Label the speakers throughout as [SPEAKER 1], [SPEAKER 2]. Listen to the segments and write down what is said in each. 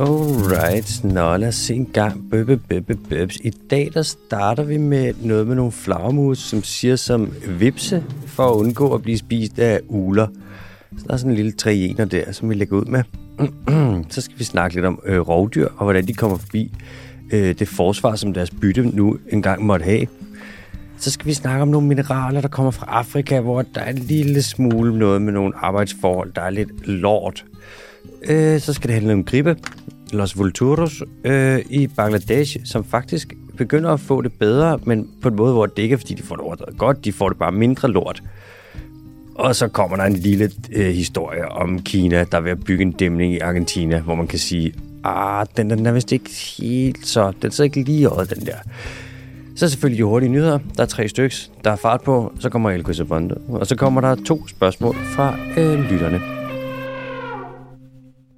[SPEAKER 1] Alright, nå lad os se en gang. Bøbe, bøbe, bøbs. I dag der starter vi med noget med nogle flagermus, som siger som vipse, for at undgå at blive spist af uler. Så der er sådan en lille træener der, som vi lægger ud med. Så skal vi snakke lidt om øh, rovdyr, og hvordan de kommer forbi øh, det forsvar, som deres bytte nu engang måtte have. Så skal vi snakke om nogle mineraler, der kommer fra Afrika, hvor der er en lille smule noget med nogle arbejdsforhold, der er lidt lort. Øh, så skal det handle om gribe, Los Vulturos, øh, i Bangladesh, som faktisk begynder at få det bedre, men på en måde, hvor det ikke er, fordi de får det overdrevet godt, de får det bare mindre lort. Og så kommer der en lille øh, historie om Kina, der er ved at bygge en dæmning i Argentina, hvor man kan sige, ah, den, den er vist ikke helt så, den sidder ikke lige i øjet, den der. Så selvfølgelig de hurtige nyheder. Der er tre styks, der er fart på, så kommer El Bonde, og så kommer der to spørgsmål fra øh, lytterne.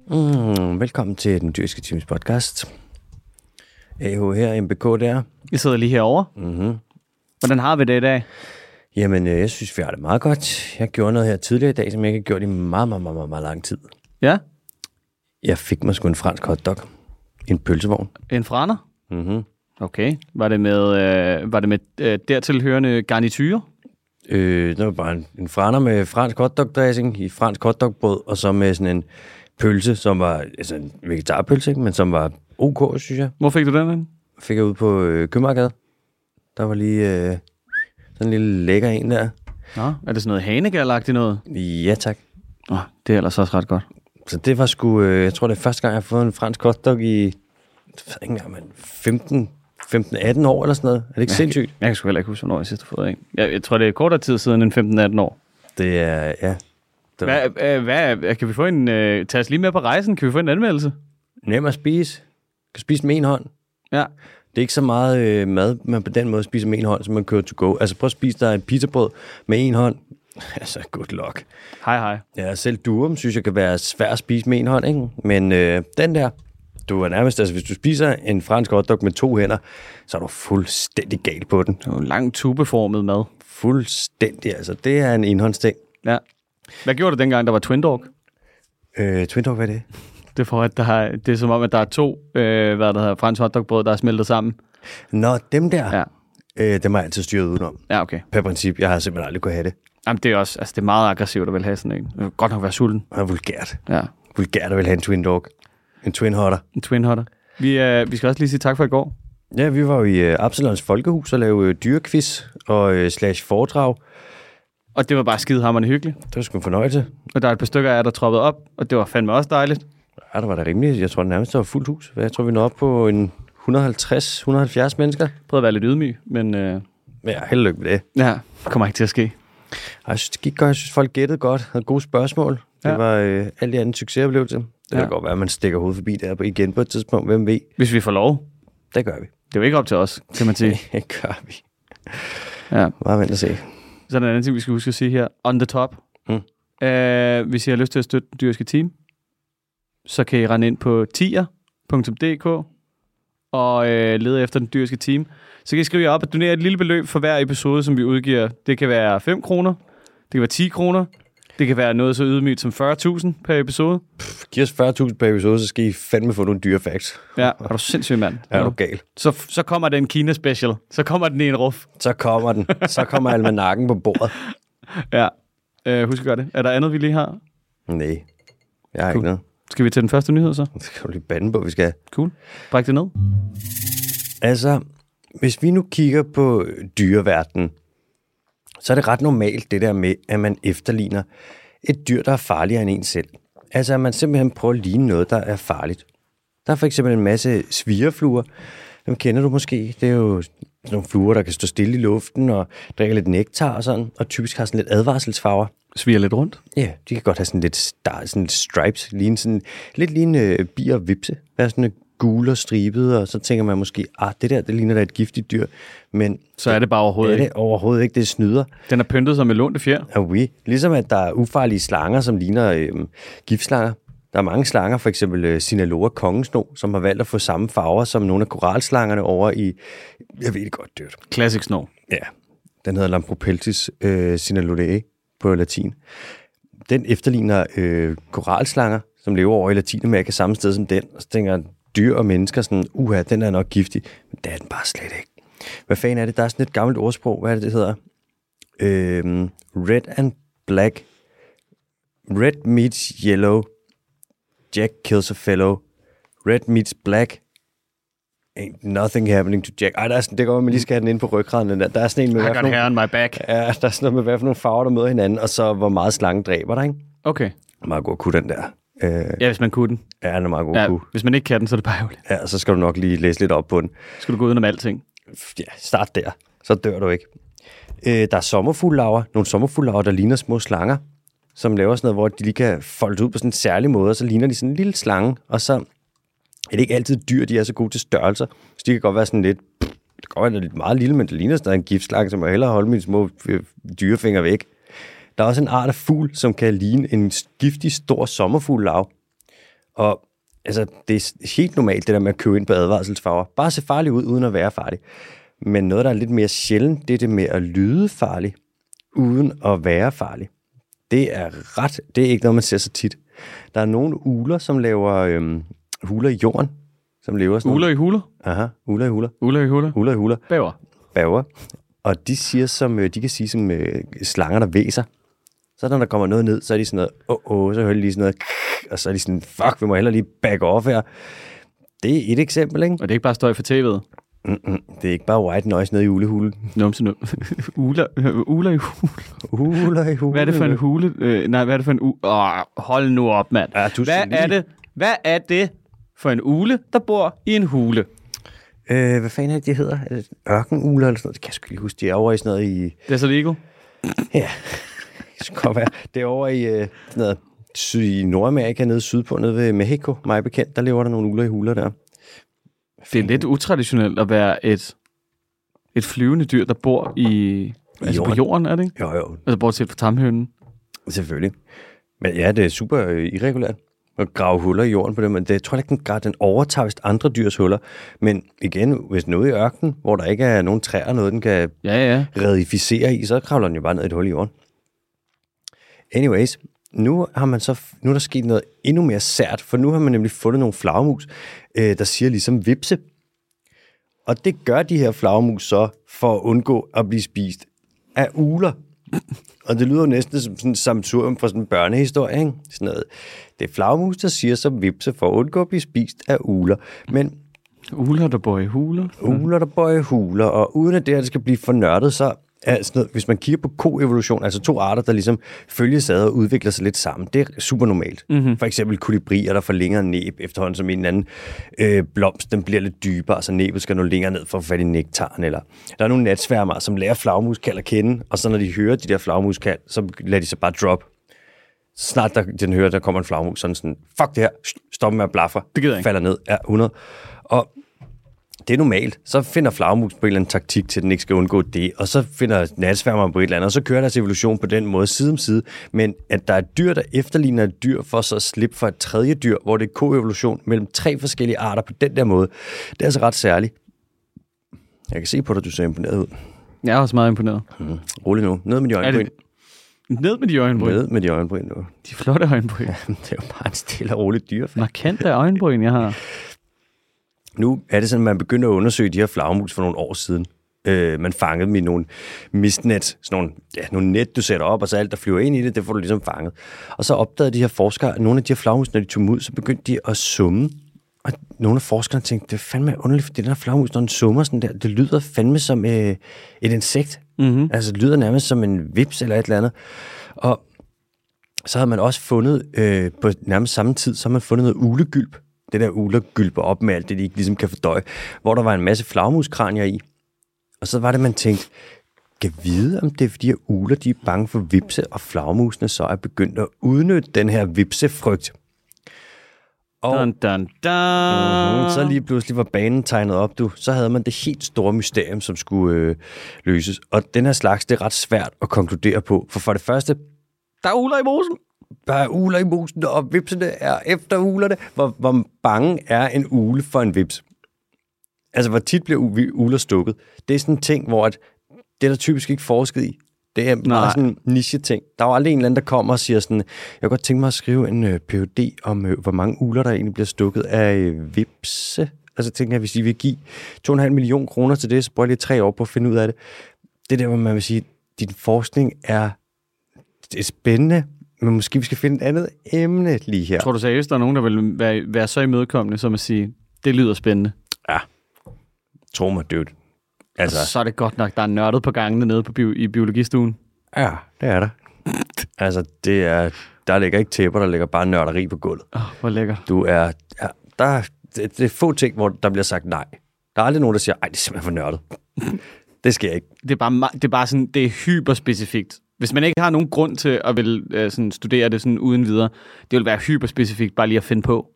[SPEAKER 1] Mm, velkommen til den dyrske times podcast. AH her, MBK der.
[SPEAKER 2] Jeg sidder lige herovre. Mm-hmm. Hvordan har vi det i dag?
[SPEAKER 1] Jamen, øh, jeg synes, vi har det meget godt. Jeg gjorde noget her tidligere i dag, som jeg ikke har gjort i meget, meget, meget, meget, meget lang tid.
[SPEAKER 2] Ja,
[SPEAKER 1] Jeg fik mig sgu en fransk hotdog. En pølsevogn.
[SPEAKER 2] en franer. Mm-hmm. Okay, var det med, øh, var det med øh, dertilhørende garniture?
[SPEAKER 1] Øh, det var bare en, en franer med fransk hotdog-dressing i fransk hotdogbrød, og så med sådan en pølse, som var altså en vegetarpølse, ikke? men som var ok, synes jeg.
[SPEAKER 2] Hvor fik du den hen?
[SPEAKER 1] Fik jeg ud på øh, Købmarkedet. Der var lige øh, sådan en lille lækker en der.
[SPEAKER 2] Nå, er det sådan noget hanegalagtigt noget?
[SPEAKER 1] Ja, tak.
[SPEAKER 2] Nå, det er ellers også ret godt.
[SPEAKER 1] Så det var sgu, øh, jeg tror det er første gang, jeg har fået en fransk hotdog i, jeg ved ikke engang, men 15, 15-18 år eller sådan noget. Er det ikke ja. sindssygt?
[SPEAKER 2] Jeg kan sgu heller ikke huske, hvornår jeg sidst har fået en. Jeg, jeg tror, det er kortere tid siden end 15-18 år.
[SPEAKER 1] Det er, ja. Det var
[SPEAKER 2] Hvad, øh, hvad, kan vi få en, øh, tag os lige med på rejsen, kan vi få en anmeldelse?
[SPEAKER 1] nem at spise. Kan spise med en hånd.
[SPEAKER 2] Ja.
[SPEAKER 1] Det er ikke så meget øh, mad, man på den måde spiser med en hånd, som man kører to go. Altså prøv at spise dig et pizzabrød med en hånd. Altså, good luck.
[SPEAKER 2] Hej, hej.
[SPEAKER 1] Ja, selv durum synes jeg kan være svær at spise med en hånd, ikke? Men øh, den der, du er nærmest, altså hvis du spiser en fransk hotdog med to hænder, så er du fuldstændig gal på den.
[SPEAKER 2] Det var en lang tubeformet mad.
[SPEAKER 1] Fuldstændig, altså det er en enhåndsting.
[SPEAKER 2] Ja. Hvad gjorde du dengang, der var Twin Dog?
[SPEAKER 1] Øh, Twin Dog, hvad er det?
[SPEAKER 2] Det er, for, at der er, det er som om, at der er to øh, hvad der hedder, fransk hotdogbrød, der er smeltet sammen.
[SPEAKER 1] Nå, dem der,
[SPEAKER 2] Ja,
[SPEAKER 1] øh, dem har jeg altid styret udenom.
[SPEAKER 2] ja okay.
[SPEAKER 1] Per princip, jeg har simpelthen aldrig kunne have det.
[SPEAKER 2] Jamen, det er også altså, det er meget aggressivt at vil have sådan en. Jeg vil godt nok være sulten.
[SPEAKER 1] Det er vulgært.
[SPEAKER 2] Ja.
[SPEAKER 1] Vulgært at vil have en Twin Dog. En Twin Hotter.
[SPEAKER 2] En twin hotter. Vi, øh, vi skal også lige sige tak for i går.
[SPEAKER 1] Ja, vi var jo i øh, Absalons Folkehus og lavede øh, dyrekvist og øh, slash foredrag.
[SPEAKER 2] Og det var bare skidehammerende hyggeligt.
[SPEAKER 1] Det var sgu en fornøjelse.
[SPEAKER 2] Og der er et par stykker af jer, der troppede op, og det var fandme også dejligt.
[SPEAKER 1] Ja, der var da rimeligt. Jeg tror, det nærmest der var fuldt hus. Jeg tror, vi nåede op på en 150-170 mennesker.
[SPEAKER 2] Prøv at være lidt ydmyg, men øh,
[SPEAKER 1] Men ja, held og lykke med det.
[SPEAKER 2] ja, det kommer ikke til at ske.
[SPEAKER 1] Ej, Jeg synes, det gik godt. Jeg synes, folk gættede godt. Havde gode spørgsmål. Det
[SPEAKER 2] Ja.
[SPEAKER 1] var øh, alt i andet succesoplevelse. Det kan
[SPEAKER 2] Ja.
[SPEAKER 1] da godt være, at man stikker hovedet forbi der på- igen på et tidspunkt. Hvem ved?
[SPEAKER 2] Hvis vi får lov.
[SPEAKER 1] Det gør vi.
[SPEAKER 2] Det er jo ikke op til os, kan man sige.
[SPEAKER 1] Det gør vi.
[SPEAKER 2] Ja.
[SPEAKER 1] Bare vent og se.
[SPEAKER 2] Så er der en anden ting, vi skal huske at sige her. On the top.
[SPEAKER 1] Mm.
[SPEAKER 2] Øh, hvis I har lyst til at støtte den dyriske team, så kan I rende ind på tier.dk og øh, lede efter den dyriske team. Så kan I skrive jer op og donere et lille beløb for hver episode, som vi udgiver. Det kan være 5 kroner, det kan være 10 kroner, det kan være noget så ydmygt som 40.000 per episode.
[SPEAKER 1] Giv os 40.000 per episode, så skal I fandme få nogle dyre facts.
[SPEAKER 2] Ja, er du sindssyg mand.
[SPEAKER 1] Er du gal?
[SPEAKER 2] Så, så kommer den Kina special. Så kommer den i en ruf.
[SPEAKER 1] Så kommer den. Så kommer almanakken på bordet.
[SPEAKER 2] Ja. Øh, husk at gøre det. Er der andet, vi lige har?
[SPEAKER 1] Nej, jeg har ikke noget.
[SPEAKER 2] Skal vi til den første nyhed så?
[SPEAKER 1] Det skal du lige bande på, vi skal.
[SPEAKER 2] Cool. Bræk det ned.
[SPEAKER 1] Altså, hvis vi nu kigger på øh, dyreverdenen, så er det ret normalt det der med, at man efterligner et dyr, der er farligere end en selv. Altså, at man simpelthen prøver at ligne noget, der er farligt. Der er for eksempel en masse svigerfluer. Dem kender du måske. Det er jo sådan nogle fluer, der kan stå stille i luften og drikke lidt nektar og sådan, og typisk har sådan lidt advarselsfarver.
[SPEAKER 2] sviger lidt rundt.
[SPEAKER 1] Ja, de kan godt have sådan lidt, star, sådan lidt stripes, ligne sådan, lidt lignende øh, bier og vipse. Være sådan øh, gule og stribede, og så tænker man måske, ah, det der, det ligner da et giftigt dyr. Men
[SPEAKER 2] Så er det bare overhovedet
[SPEAKER 1] er
[SPEAKER 2] ikke.
[SPEAKER 1] det overhovedet ikke, det snyder.
[SPEAKER 2] Den er pyntet som med lånte fjer.
[SPEAKER 1] Ja, oui. Ligesom at der er ufarlige slanger, som ligner øh, giftslanger. Der er mange slanger, for eksempel øh, Sinaloa kongesno, som har valgt at få samme farver som nogle af koralslangerne over i, jeg ved det godt, dyrt.
[SPEAKER 2] Classic snor.
[SPEAKER 1] Ja, den hedder Lampropeltis øh, sinaloae på latin. Den efterligner øh, koralslanger, som lever over i Latinamerika samme sted som den, og så tænker dyr og mennesker sådan, uha, den er nok giftig, men det er den bare slet ikke. Hvad fanden er det? Der er sådan et gammelt ordsprog, hvad er det, det hedder? Øhm, red and black. Red meets yellow. Jack kills a fellow. Red meets black. Ain't nothing happening to Jack. Ej, der er sådan, det går, at man lige skal have den ind på ryggraden. den Der, der er sådan en med,
[SPEAKER 2] I
[SPEAKER 1] hvad for
[SPEAKER 2] got hair
[SPEAKER 1] nogle,
[SPEAKER 2] on my back.
[SPEAKER 1] ja, der er sådan noget med, hvad for nogle farver, der møder hinanden, og så hvor meget slangen dræber der, ikke?
[SPEAKER 2] Okay.
[SPEAKER 1] Meget god ku, den der. Øh,
[SPEAKER 2] Ja, hvis man kunne den.
[SPEAKER 1] ja, den er meget god
[SPEAKER 2] Ja,
[SPEAKER 1] ja. ku.
[SPEAKER 2] hvis man ikke kan den, så er det bare ærgerligt.
[SPEAKER 1] Ja, så skal du nok lige læse lidt op på den.
[SPEAKER 2] Skal du gå udenom alting?
[SPEAKER 1] ja, start der, så dør du ikke. Øh, der er sommerfuglelaver, nogle sommerfuglelaver, der ligner små slanger, som laver sådan noget, hvor de lige kan folde ud på sådan en særlig måde, og så ligner de sådan en lille slange, og så er det ikke altid dyr, de er så gode til størrelser, så de kan godt være sådan lidt, det kan godt være den er meget lille, men det ligner stadig en giftslange, så må jeg hellere holde mine små øh, dyrefinger væk. Der er også en art af fugl, som kan ligne en giftig stor sommerfuglelav, og altså, det er helt normalt, det der med at købe ind på advarselsfarver. Bare se farlig ud, uden at være farlig. Men noget, der er lidt mere sjældent, det er det med at lyde farlig, uden at være farlig. Det er ret, det er ikke noget, man ser så tit. Der er nogle uler, som laver øhm, huler i jorden, som lever sådan
[SPEAKER 2] Uler i huler?
[SPEAKER 1] Nogle, aha, uler i huler,
[SPEAKER 2] Uler i huler?
[SPEAKER 1] uler i huler,
[SPEAKER 2] Bæver.
[SPEAKER 1] bæver. Og de siger som, øh, de kan sige som øh, slanger, der væser. Så når der kommer noget ned, så er de sådan noget, åh, oh, oh, så hører de lige sådan noget, og så er de sådan, fuck, vi må hellere lige back off her. Det er et eksempel, ikke?
[SPEAKER 2] Og det er ikke bare støj for tv'et.
[SPEAKER 1] Det er ikke bare white noise nede i ulehulen.
[SPEAKER 2] Numse num. uler, øh, uler i huler.
[SPEAKER 1] Uler i hulen.
[SPEAKER 2] Hvad er det for en hule? Øh, nej, hvad er det for en u... Åh, hold nu op, mand.
[SPEAKER 1] Ja, du
[SPEAKER 2] hvad
[SPEAKER 1] skal lige-
[SPEAKER 2] er det? Hvad er det for en ule, der bor i en hule?
[SPEAKER 1] Øh, hvad fanden er det, de hedder? Er det ørkenuler eller sådan noget? Det kan jeg sgu ikke lige huske. De er over i sådan noget i...
[SPEAKER 2] Det er så legal.
[SPEAKER 1] Ja, det skal godt være. Det er over i, øh, sådan noget, syd, i Nordamerika, nede sydpå, nede ved Mexico, mig bekendt. Der lever der nogle uler i huler der.
[SPEAKER 2] Det er lidt utraditionelt at være et, et flyvende dyr, der bor i... Altså på
[SPEAKER 1] jorden.
[SPEAKER 2] jorden, er det ikke?
[SPEAKER 1] Jo, jo,
[SPEAKER 2] Altså bortset fra tamhønen.
[SPEAKER 1] Selvfølgelig. Men ja, det er super øh, irregulært at grave huller i jorden på det, men det, jeg tror ikke, den, gra- den overtager vist andre dyrs huller. Men igen, hvis noget i ørkenen, hvor der ikke er nogen træer, noget den kan
[SPEAKER 2] Ja, ja.
[SPEAKER 1] redificere i, så kravler den jo bare ned i et hul i jorden. Anyways, nu, har man så, nu er der sket noget endnu mere sært, for nu har man nemlig fundet nogle flagermus, øh, der siger ligesom vipse. Og det gør de her flagermus så for at undgå at blive spist af uler. Og det lyder jo næsten som sådan en samturium fra sådan en børnehistorie, ikke? Sådan noget. Det er flagermus, der siger som vipse for at undgå at blive spist af uler. Men
[SPEAKER 2] Uler, der bor i huler.
[SPEAKER 1] huler, der bøjer huler, og uden at det her det skal blive for nørdet, så er sådan noget, hvis man kigger på koevolution, altså to arter, der ligesom følges ad og udvikler sig lidt sammen, det er super normalt.
[SPEAKER 2] Mhm.
[SPEAKER 1] Mm-hmm. For eksempel kolibrier, der får længere næb efterhånden som en eller anden øh, blomst, den bliver lidt dybere, så næbet skal nå længere ned for at få fat i nektaren. Eller der er nogle natsværmere, som lærer flagmuskald at kende, og så når de hører de der flagmuskald, så lader de sig bare drop. Så snart der, den hører, der kommer en flagmus, sådan sådan, fuck det her, stop med at blaffe,
[SPEAKER 2] Det gider jeg ikke.
[SPEAKER 1] falder ned, er 100. Og det er normalt. Så finder flagermus på en eller anden taktik til, at den ikke skal undgå det, og så finder natsværmeren på et eller andet, og så kører deres evolution på den måde side om side. Men at der er et dyr, der efterligner et dyr, for så at slippe for et tredje dyr, hvor det er koevolution mellem tre forskellige arter på den der måde, det er altså ret særligt. Jeg kan se på dig, du ser imponeret ud.
[SPEAKER 2] Jeg er også meget imponeret.
[SPEAKER 1] Rolig nu. Ned med de
[SPEAKER 2] Er
[SPEAKER 1] øjenbryn.
[SPEAKER 2] det... Ned med de øjenbryn.
[SPEAKER 1] Ned med de øjenbryn nu.
[SPEAKER 2] De flotte øjenbryn.
[SPEAKER 1] Det er jo bare et stille og roligt dyr.
[SPEAKER 2] Markante øjenbryn, jeg har.
[SPEAKER 1] Nu er det sådan, at man begynder at undersøge de her flagmus for nogle år siden. Øh, man fangede dem i nogle mistnet, sådan nogle, ja, nogle net, du sætter op, og så alt, der flyver ind i det, det får du ligesom fanget. Og så opdagede de her forskere, at nogle af de her flagmus, når de tog dem ud, så begyndte de at summe. Og nogle af forskerne tænkte, det er fandme underligt, for den her flagmus, når den summer sådan der, det lyder fandme som øh, et insekt. Mm-hmm. Altså, det lyder nærmest som en vips eller et eller andet. Og så havde man også fundet, øh, på nærmest samme tid, så havde man fundet noget ulegylp. Det der uler gylper op med alt det, de ikke ligesom kan fordøje. Hvor der var en masse flagmuskranier i. Og så var det, man tænkte, kan vide, om det er, fordi at uler de er bange for vipse, og flagmusene så er begyndt at udnytte den her vipsefrygt. Og
[SPEAKER 2] Dun, dun, dun.
[SPEAKER 1] Mm, så lige pludselig var banen tegnet op, du. Så havde man det helt store mysterium, som skulle øh, løses. Og den her slags, det er ret svært at konkludere på. For for det første,
[SPEAKER 2] Der er uler i mosen.
[SPEAKER 1] der er uler i musen, og vipsene er efter ulerne. Hvor, hvor bange er en ule for en vips? Altså, hvor tit bliver u- vi- uler stukket? Det er sådan en ting, hvor at det, er der typisk ikke forsket i, Det er bare
[SPEAKER 2] Nej.
[SPEAKER 1] sådan en niche-ting. Der er jo aldrig en eller anden, der kommer og siger sådan, jeg kunne godt tænke mig at skrive en øh, PhD om, øh, hvor mange uler, der egentlig bliver stukket af øh, vipse. Altså tænker jeg, hvis I vil give 2,5 millioner kroner til det, så bruger jeg lige tre år på at finde ud af det. Det er der, hvor man vil sige, din forskning er, det er spændende, men måske vi skal finde et andet emne lige her.
[SPEAKER 2] Tror du seriøst, der er nogen, der vil være, være så imødekommende, som at sige, det lyder spændende.
[SPEAKER 1] Tro mig, dude. Altså,
[SPEAKER 2] Så er det godt nok, der er nørdet på gangene nede på bio, i biologistuen.
[SPEAKER 1] ja, det er der. Altså, det er, der ligger ikke tæpper, der ligger bare nørderi på gulvet.
[SPEAKER 2] Oh, hvor lækkert.
[SPEAKER 1] Du er, ja, der, er- det, det er få ting, hvor der bliver sagt nej. Der er aldrig nogen, der siger, ej, det er simpelthen for nørdet. det skal jeg ikke.
[SPEAKER 2] det er bare, ma- det er bare sådan, det er hyperspecifikt. Hvis man ikke har nogen grund til at vil øh, sådan studere det sådan uden videre, det vil være hyperspecifikt bare lige at finde på.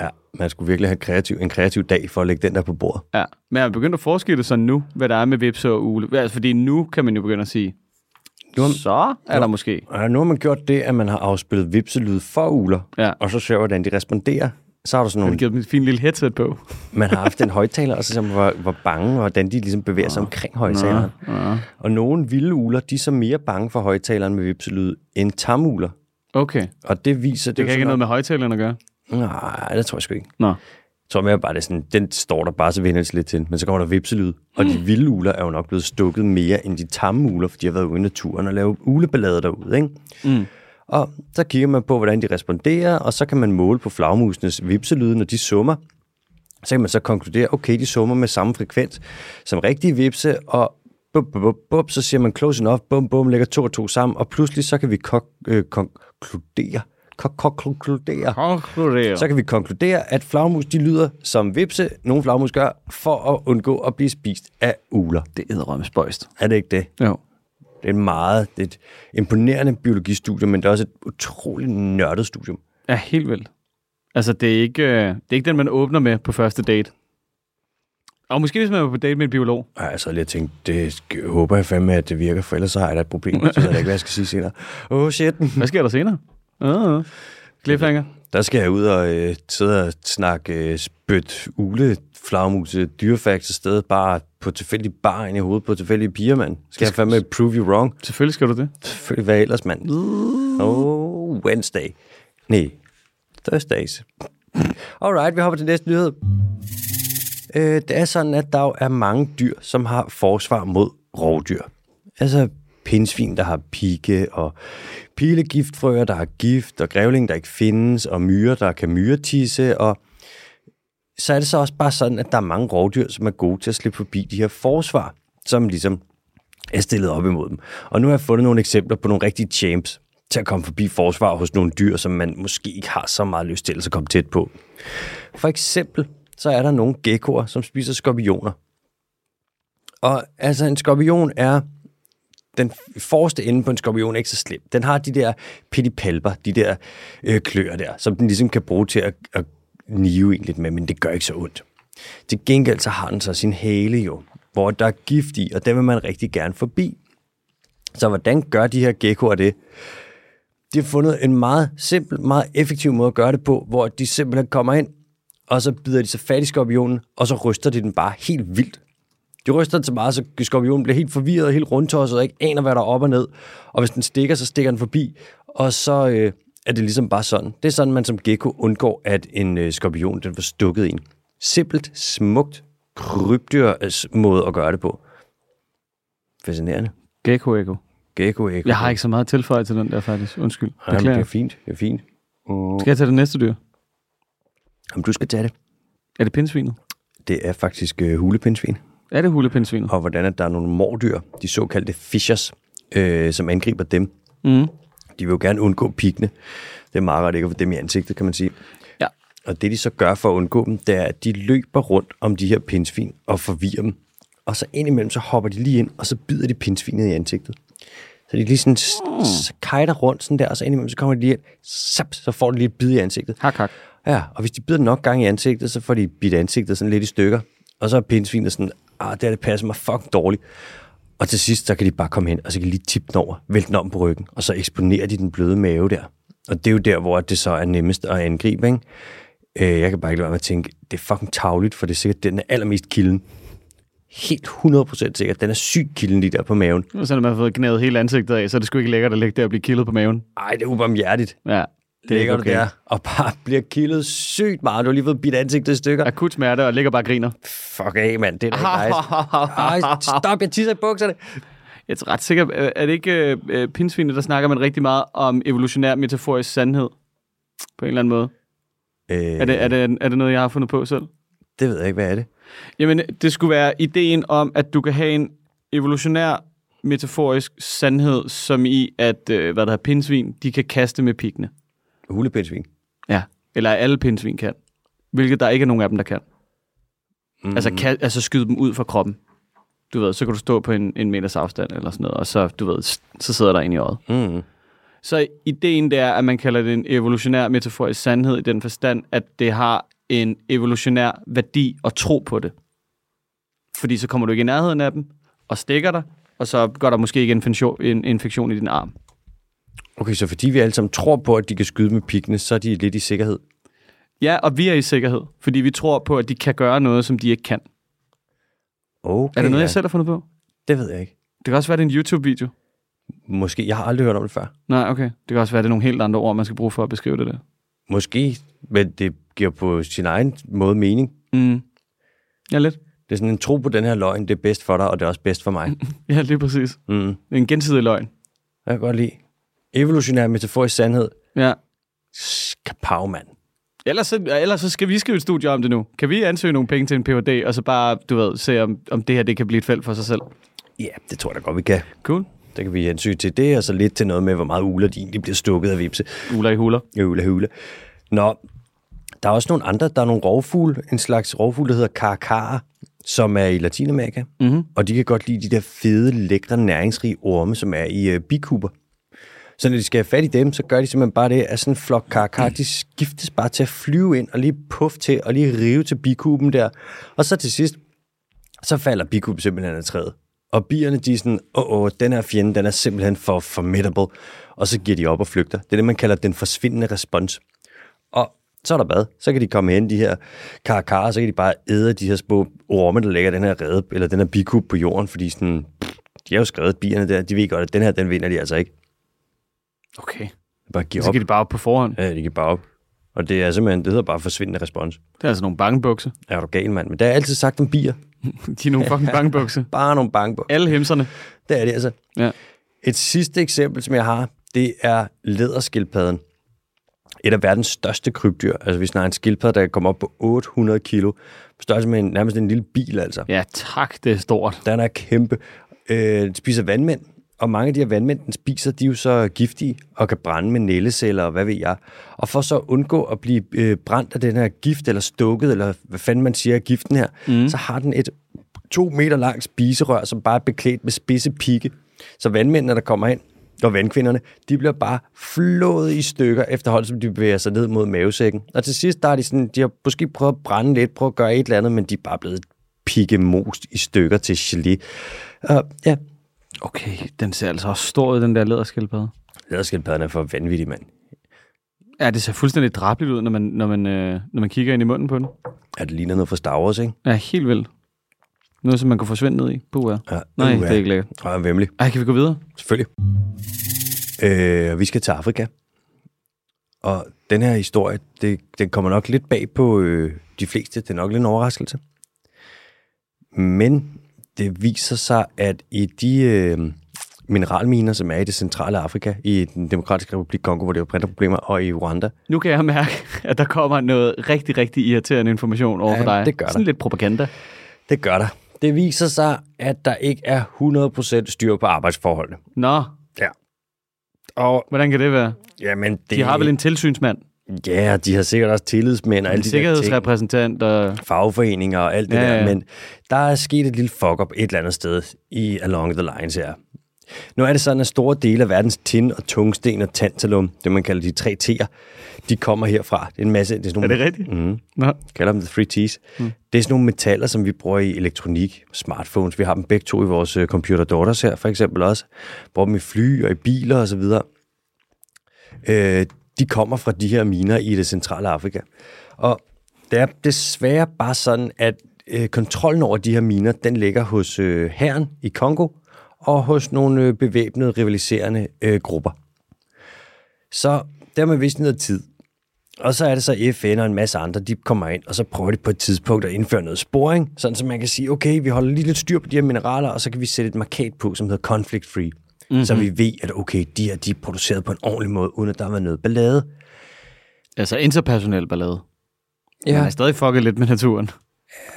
[SPEAKER 1] Ja, man skulle virkelig have kreativ, en kreativ dag for at lægge den der på bordet.
[SPEAKER 2] Ja. Men jeg er begyndt at forske det sådan nu, hvad der er med vipse og ule. Altså, fordi nu kan man jo begynde at sige,
[SPEAKER 1] Nu har-
[SPEAKER 2] så er der måske.
[SPEAKER 1] Og nu har man gjort det, at man har afspillet vipselyd for uler,
[SPEAKER 2] Ja.
[SPEAKER 1] og så ser hvordan de responderer. Så har du sådan
[SPEAKER 2] Jeg har
[SPEAKER 1] nogle,
[SPEAKER 2] givet dem et fint lille headset på.
[SPEAKER 1] man har haft en højtaler, og så ser man, hvor, hvor bange, og hvordan de ligesom bevæger sig omkring højtaleren.
[SPEAKER 2] Ja.
[SPEAKER 1] Og nogle vilde uler, de er så mere bange for højtaleren med vipselyd end tamuler.
[SPEAKER 2] Okay,
[SPEAKER 1] Og det viser...
[SPEAKER 2] det kan ikke have noget med højtalerne at gøre.
[SPEAKER 1] med... Nej, det tror jeg sgu ikke.
[SPEAKER 2] Nå.
[SPEAKER 1] Jeg tror mere bare, det er sådan, den står der bare, så vender det sig lidt til. Men så kommer der vipselyd. Og de vilde uler er jo nok blevet stukket mere end de tamme uler, fordi de har været ude i naturen og lavet uleballader derude, ikke?
[SPEAKER 2] Mm.
[SPEAKER 1] Og så kigger man på, hvordan de responderer, og så kan man måle på flagmusenes vipselyde, når de summer. Så kan man så konkludere, okay, de summer med samme frekvens som rigtige vipse, og bum, bum, bum, bum, så siger man close enough, bum, bum, lægger to og to sammen, og pludselig så kan vi kok- øh, konkludere, kok- kok- konkludere,
[SPEAKER 2] Konkludere.
[SPEAKER 1] så kan vi konkludere, at flagmus de lyder som vipse, nogle flagmus gør, for at undgå at blive spist af uler.
[SPEAKER 2] det er spøjst.
[SPEAKER 1] Er det ikke det?
[SPEAKER 2] Jo.
[SPEAKER 1] Det er meget det er et imponerende biologistudium, men det er også et utroligt nørdet studium.
[SPEAKER 2] Ja, helt vildt. Altså, det er, ikke, øh, det er ikke den, man åbner med på første date. Og måske hvis man er på date med en biolog.
[SPEAKER 1] Ej, jeg sad lige og tænkte, det sk- håber jeg fandme, at det virker, for ellers så har jeg da et problem. Så ved jeg da ikke, hvad jeg skal sige senere. Åh, oh, shit.
[SPEAKER 2] Hvad sker der senere? Uh, cliffhanger.
[SPEAKER 1] Der skal jeg ud og øh, sidde og snakke øh, spyt, ule, flagmuse, dyrefakt til stedet, bare på tilfældig bar ind i hovedet på tilfældige piger, mand. Skal jeg fandme prove you wrong?
[SPEAKER 2] Selvfølgelig skal du det.
[SPEAKER 1] Selvfølgelig, hvad ellers, mand? Oh, Wednesday. Nej, Thursdays. Alright, vi hopper til næste nyhed. Øh, det er sådan, at der jo er mange dyr, som har forsvar mod rovdyr. Altså pindsvin, der har pigge, og pilegiftfrøer, der har gift, og grævling, der ikke findes, og myrer, der kan myretisse, og så er det så også bare sådan, at der er mange rovdyr, som er gode til at slippe forbi de her forsvar, som ligesom er stillet op imod dem. Og nu har jeg fundet nogle eksempler på nogle rigtige champs til at komme forbi forsvar hos nogle dyr, som man måske ikke har så meget lyst til at komme tæt på. For eksempel, så er der nogle geckoer, som spiser skorpioner. Og altså, en skorpion er den forreste ende på en skorpion er ikke så slem. Den har de der pedipalper, de der øh, klør der, som den ligesom kan bruge til at, at nive en lidt med, men det gør ikke så ondt. Til gengæld så har den så sin hale jo, hvor der er gift i, og den vil man rigtig gerne forbi. Så hvordan gør de her geckoer det? De har fundet en meget simpel, meget effektiv måde at gøre det på, hvor de simpelthen kommer ind, og så bider de sig fat i skorpionen, og så ryster de den bare helt vildt. De ryster den så meget, så skorpionen bliver helt forvirret, helt rundtosset, og ikke aner, hvad der er op og ned. Og hvis den stikker, så stikker den forbi, og så øh, er det ligesom bare sådan. Det er sådan, man som gecko undgår, at en øh, skorpion den får stukket en. Simpelt, smukt, krybdyr øh, s- måde at gøre det på. Fascinerende.
[SPEAKER 2] Gecko Echo.
[SPEAKER 1] Gecko, ekko.
[SPEAKER 2] Jeg har ikke så meget tilføje til den der, faktisk. Undskyld.
[SPEAKER 1] Jamen, det er
[SPEAKER 2] Beklager.
[SPEAKER 1] fint, det er fint. Uh.
[SPEAKER 2] Skal jeg tage det næste dyr?
[SPEAKER 1] Jamen, du skal tage det.
[SPEAKER 2] Er det pindsvinet?
[SPEAKER 1] Det er faktisk øh, hulepindsvin.
[SPEAKER 2] Er det hulepindsvinet?
[SPEAKER 1] Og hvordan at der er nogle mordyr, de såkaldte fishers, øh, som angriber dem.
[SPEAKER 2] Mm.
[SPEAKER 1] De vil jo gerne undgå pikkene. Det er meget rart ikke at få dem i ansigtet, kan man sige.
[SPEAKER 2] Ja.
[SPEAKER 1] Og det, de så gør for at undgå dem, det er, at de løber rundt om de her pindsvin og forvirrer dem. Og så indimellem, så hopper de lige ind, og så bider de pindsvinet i ansigtet. Så de lige sådan
[SPEAKER 2] Mm.
[SPEAKER 1] s- s- kajter rundt sådan der, og så indimellem, så kommer de lige ind, zap, så får de lige et bid i ansigtet.
[SPEAKER 2] Hak, hak.
[SPEAKER 1] Ja, og hvis de bider nok gange i ansigtet, så får de bidt ansigtet sådan lidt i stykker. Og så er pindsvinet sådan, ah, det her det passer mig fucking dårligt. Og til sidst, så kan de bare komme hen, og så kan de lige tippe den over, vælte den om på ryggen, og så eksponerer de den bløde mave der. Og det er jo der, hvor det så er nemmest at angribe, ikke? Øh, jeg kan bare ikke lade være med at tænke, det er fucking tavligt, for det er sikkert den, der er allermest kilden. helt 100% sikker. Den er sygt kilden lige der på maven.
[SPEAKER 2] Og selvom man har fået gnævet hele ansigtet af, så er det sgu ikke lækkert at ligge der og blive kildet på maven.
[SPEAKER 1] Ej, det er ubarmhjertigt.
[SPEAKER 2] Ja, det er ikke
[SPEAKER 1] Ligger du
[SPEAKER 2] okay.
[SPEAKER 1] der og bare bliver kildet sygt meget. Du har lige fået bidt ansigtet i stykker.
[SPEAKER 2] Akut smerte og ligger bare og griner.
[SPEAKER 1] Fuck af, mand. Det er da ikke nice. Ej, stop, jeg tisser i bukserne.
[SPEAKER 2] Jeg er ret sikker, øh, er det ikke øh, øh, pindsvinet, der snakker man rigtig meget om evolutionær metaforisk sandhed? På en eller anden måde.
[SPEAKER 1] Øh,
[SPEAKER 2] Er det, er, det, er det noget, jeg har fundet på selv?
[SPEAKER 1] det ved jeg ikke, hvad er det?
[SPEAKER 2] Jamen, det skulle være ideen om, at du kan have en evolutionær metaforisk sandhed, som i, at øh, hvad der er pindsvin, de kan kaste med pikkene.
[SPEAKER 1] Hulepindsvin.
[SPEAKER 2] Ja. Eller at alle pindsvin kan. Hvilket der ikke er nogen af dem, der kan. Mm. Altså, kan, altså skyde dem ud fra kroppen. Du ved, så kan du stå på en, en meters afstand eller sådan noget, og så, du ved, s- så sidder der en i øjet.
[SPEAKER 1] Mm.
[SPEAKER 2] Så ideen det er, at man kalder det en evolutionær metaforisk sandhed i den forstand, at det har en evolutionær værdi at tro på det. Fordi så kommer du ikke i nærheden af dem, og stikker dig, og så går der måske ikke en infektion, en infektion i din arm.
[SPEAKER 1] Okay, så fordi vi alle sammen tror på, at de kan skyde med pikkene, så er de lidt i sikkerhed.
[SPEAKER 2] Ja, og vi er i sikkerhed, fordi vi tror på, at de kan gøre noget, som de ikke kan.
[SPEAKER 1] Okay,
[SPEAKER 2] Er det noget,
[SPEAKER 1] ja.
[SPEAKER 2] jeg selv har fundet på?
[SPEAKER 1] Det ved jeg ikke.
[SPEAKER 2] Det kan også være, det er en YouTube-video.
[SPEAKER 1] Måske. Jeg har aldrig hørt om det før.
[SPEAKER 2] Nej, okay. Det kan også være, det er nogle helt andre ord, man skal bruge for at beskrive det der.
[SPEAKER 1] Måske, men det giver på sin egen måde mening.
[SPEAKER 2] Mm. Ja, lidt.
[SPEAKER 1] Det er sådan en tro på den her løgn, det er bedst for dig, og det er også bedst for mig.
[SPEAKER 2] Ja, lige præcis.
[SPEAKER 1] Mm.
[SPEAKER 2] Det er en gensidig løgn.
[SPEAKER 1] Jeg kan godt lide. Evolutionær metaforisk sandhed.
[SPEAKER 2] Ja.
[SPEAKER 1] Skapav, mand.
[SPEAKER 2] Ellers så, ellers så skal vi skrive et studie om det nu. Kan vi ansøge nogle penge til en PhD, og så bare, du ved, se om, om det her det kan blive et felt for sig selv?
[SPEAKER 1] Ja, det tror jeg da godt, vi kan.
[SPEAKER 2] Cool.
[SPEAKER 1] Der kan vi hensyn til det, og så lidt til noget med, hvor meget uler de egentlig bliver stukket af vipse.
[SPEAKER 2] Uler i huler.
[SPEAKER 1] Øvle, høvle. Nå, der er også nogle andre. Der er nogle rovfugle, en slags rovfugle, der hedder karakara, som er i Latinamerika. Mm-hmm. Og de kan godt lide de der fede, lækre, næringsrige orme, som er i øh, bikuber. Så når de skal have fat i dem, så gør de simpelthen bare det, at sådan en flok karakar, de skiftes bare til at flyve ind og lige puff til og lige rive til bikuben der. Og så til sidst, så falder bikuben simpelthen af træet. Og bierne, de er sådan, åh, oh, oh, den her fjende, den er simpelthen for formidable. Og så giver de op og flygter. Det er det, man kalder den forsvindende respons. Og så er der bad. Så kan de komme hen, de her karakarer, så kan de bare æde de her små orme, der lægger den her redde, eller den her bikub på jorden, fordi sådan, pff, de har jo skrevet bierne der, de ved godt, at den her, den vinder de altså ikke.
[SPEAKER 2] Okay.
[SPEAKER 1] Bare give
[SPEAKER 2] Så
[SPEAKER 1] op.
[SPEAKER 2] kan de bare op på forhånd.
[SPEAKER 1] Ja, de kan bare op. Og det er simpelthen, det hedder bare forsvindende respons.
[SPEAKER 2] Det er altså nogle bangebukse.
[SPEAKER 1] Er du gal, mand? Men der er altid sagt om bier.
[SPEAKER 2] De er nogle fucking bangebukse.
[SPEAKER 1] Bare nogle banker.
[SPEAKER 2] Alle hemserne.
[SPEAKER 1] Det er det altså.
[SPEAKER 2] Ja.
[SPEAKER 1] Et sidste eksempel, som jeg har, det er læderskildpadden. Et af verdens største krybdyr. Altså, vi snakker en skildpadde, der kan komme op på 800 kilo. På størrelse med en, nærmest en lille bil, altså.
[SPEAKER 2] Ja, tak, det er stort.
[SPEAKER 1] Den er kæmpe. Øh, den spiser vandmænd, og mange af de her vandmænd, den spiser, de er jo så giftige og kan brænde med nældeceller og hvad ved jeg. Og for så at undgå at blive øh, brændt af den her gift, eller stukket, eller hvad fanden man siger af giften her, mm. så har den et to meter langt spiserør, som bare er beklædt med spidse pigge. Så vandmændene, der kommer ind, og vandkvinderne, de bliver bare flået i stykker efterhånden, som de bevæger sig ned mod mavesækken. Og til sidst, der er de sådan, de har måske prøvet at brænde lidt, prøvet at gøre et eller andet, men de er bare blevet pigge most i stykker til gelé. Uh, ja,
[SPEAKER 2] Okay, den ser altså også stor ud, den der læderskildpadde.
[SPEAKER 1] læderskildpadden er for vanvittig, mand.
[SPEAKER 2] Ja, det ser fuldstændig drabligt ud, når man, når man, øh, når man kigger ind i munden på den.
[SPEAKER 1] Er det ligner noget fra Star Wars, ikke?
[SPEAKER 2] Ja, helt vildt. Noget, som man kan forsvinde ned i. Puh, ja.
[SPEAKER 1] Ja,
[SPEAKER 2] Nej,
[SPEAKER 1] uha.
[SPEAKER 2] det er ikke lækkert.
[SPEAKER 1] Og er vemmelig,
[SPEAKER 2] Ej, kan vi gå videre?
[SPEAKER 1] selvfølgelig. Øh, vi skal til Afrika. Og den her historie, det, den kommer nok lidt bag på øh, de fleste. Det er nok lidt en overraskelse. Men det viser sig, at i de øh, mineralminer, som er i det centrale Afrika, i den demokratiske republik Kongo, hvor det er printerproblemer, og i Rwanda,
[SPEAKER 2] Nu kan jeg mærke, at der kommer noget rigtig, rigtig irriterende information over
[SPEAKER 1] Ja,
[SPEAKER 2] for dig.
[SPEAKER 1] det gør der.
[SPEAKER 2] Sådan lidt propaganda.
[SPEAKER 1] Det gør der. Det viser sig, at der ikke er 100% styr på arbejdsforholdene.
[SPEAKER 2] Nå,
[SPEAKER 1] Ja. Og
[SPEAKER 2] hvordan kan det være?
[SPEAKER 1] jamen, det,
[SPEAKER 2] De har vel en tilsynsmand,
[SPEAKER 1] Ja, de har sikkert også tillidsmænd og Øh,
[SPEAKER 2] en
[SPEAKER 1] alle de der ting.
[SPEAKER 2] sikkerhedsrepræsentant, og
[SPEAKER 1] Fagforeninger og alt det
[SPEAKER 2] Ja,
[SPEAKER 1] ja,
[SPEAKER 2] ja.
[SPEAKER 1] der. Men der er sket et lille fuck-up et eller andet sted i Along the Lines her. Nu er det sådan, at store dele af verdens tin og tungsten og tantalum, det man kalder de tre T'er, de kommer herfra. Det er en masse... Det er, sådan
[SPEAKER 2] er
[SPEAKER 1] nogle,
[SPEAKER 2] det rigtigt? Mm. Nå.
[SPEAKER 1] kalder dem the three T's. Mm. Det er sådan nogle metaller, som vi bruger i elektronik, smartphones. Vi har dem begge to i vores øh, computer daughters her, for eksempel også. Bruger dem i fly og i biler osv. Øh, de kommer fra de her miner i det centrale Afrika. Og det er desværre bare sådan, at øh, kontrollen over de her miner, den ligger hos øh, herren i Kongo og hos nogle øh, bevæbnede rivaliserende øh, grupper. Så der har man vist noget tid. Og så er det så FN og en masse andre, de kommer ind, og så prøver de på et tidspunkt at indføre noget sporing, sådan så man kan sige, okay, vi holder lige lidt styr på de her mineraler, og så kan vi sætte et markat på, som hedder conflict free. Mm-hmm.
[SPEAKER 2] Mhm.
[SPEAKER 1] Så vi ved, at okay, de her, de er produceret på en ordentlig måde, uden at der har været noget ballade.
[SPEAKER 2] Altså interpersonel ballade. Ja. Man
[SPEAKER 1] Ja.
[SPEAKER 2] er stadig fucket lidt med naturen.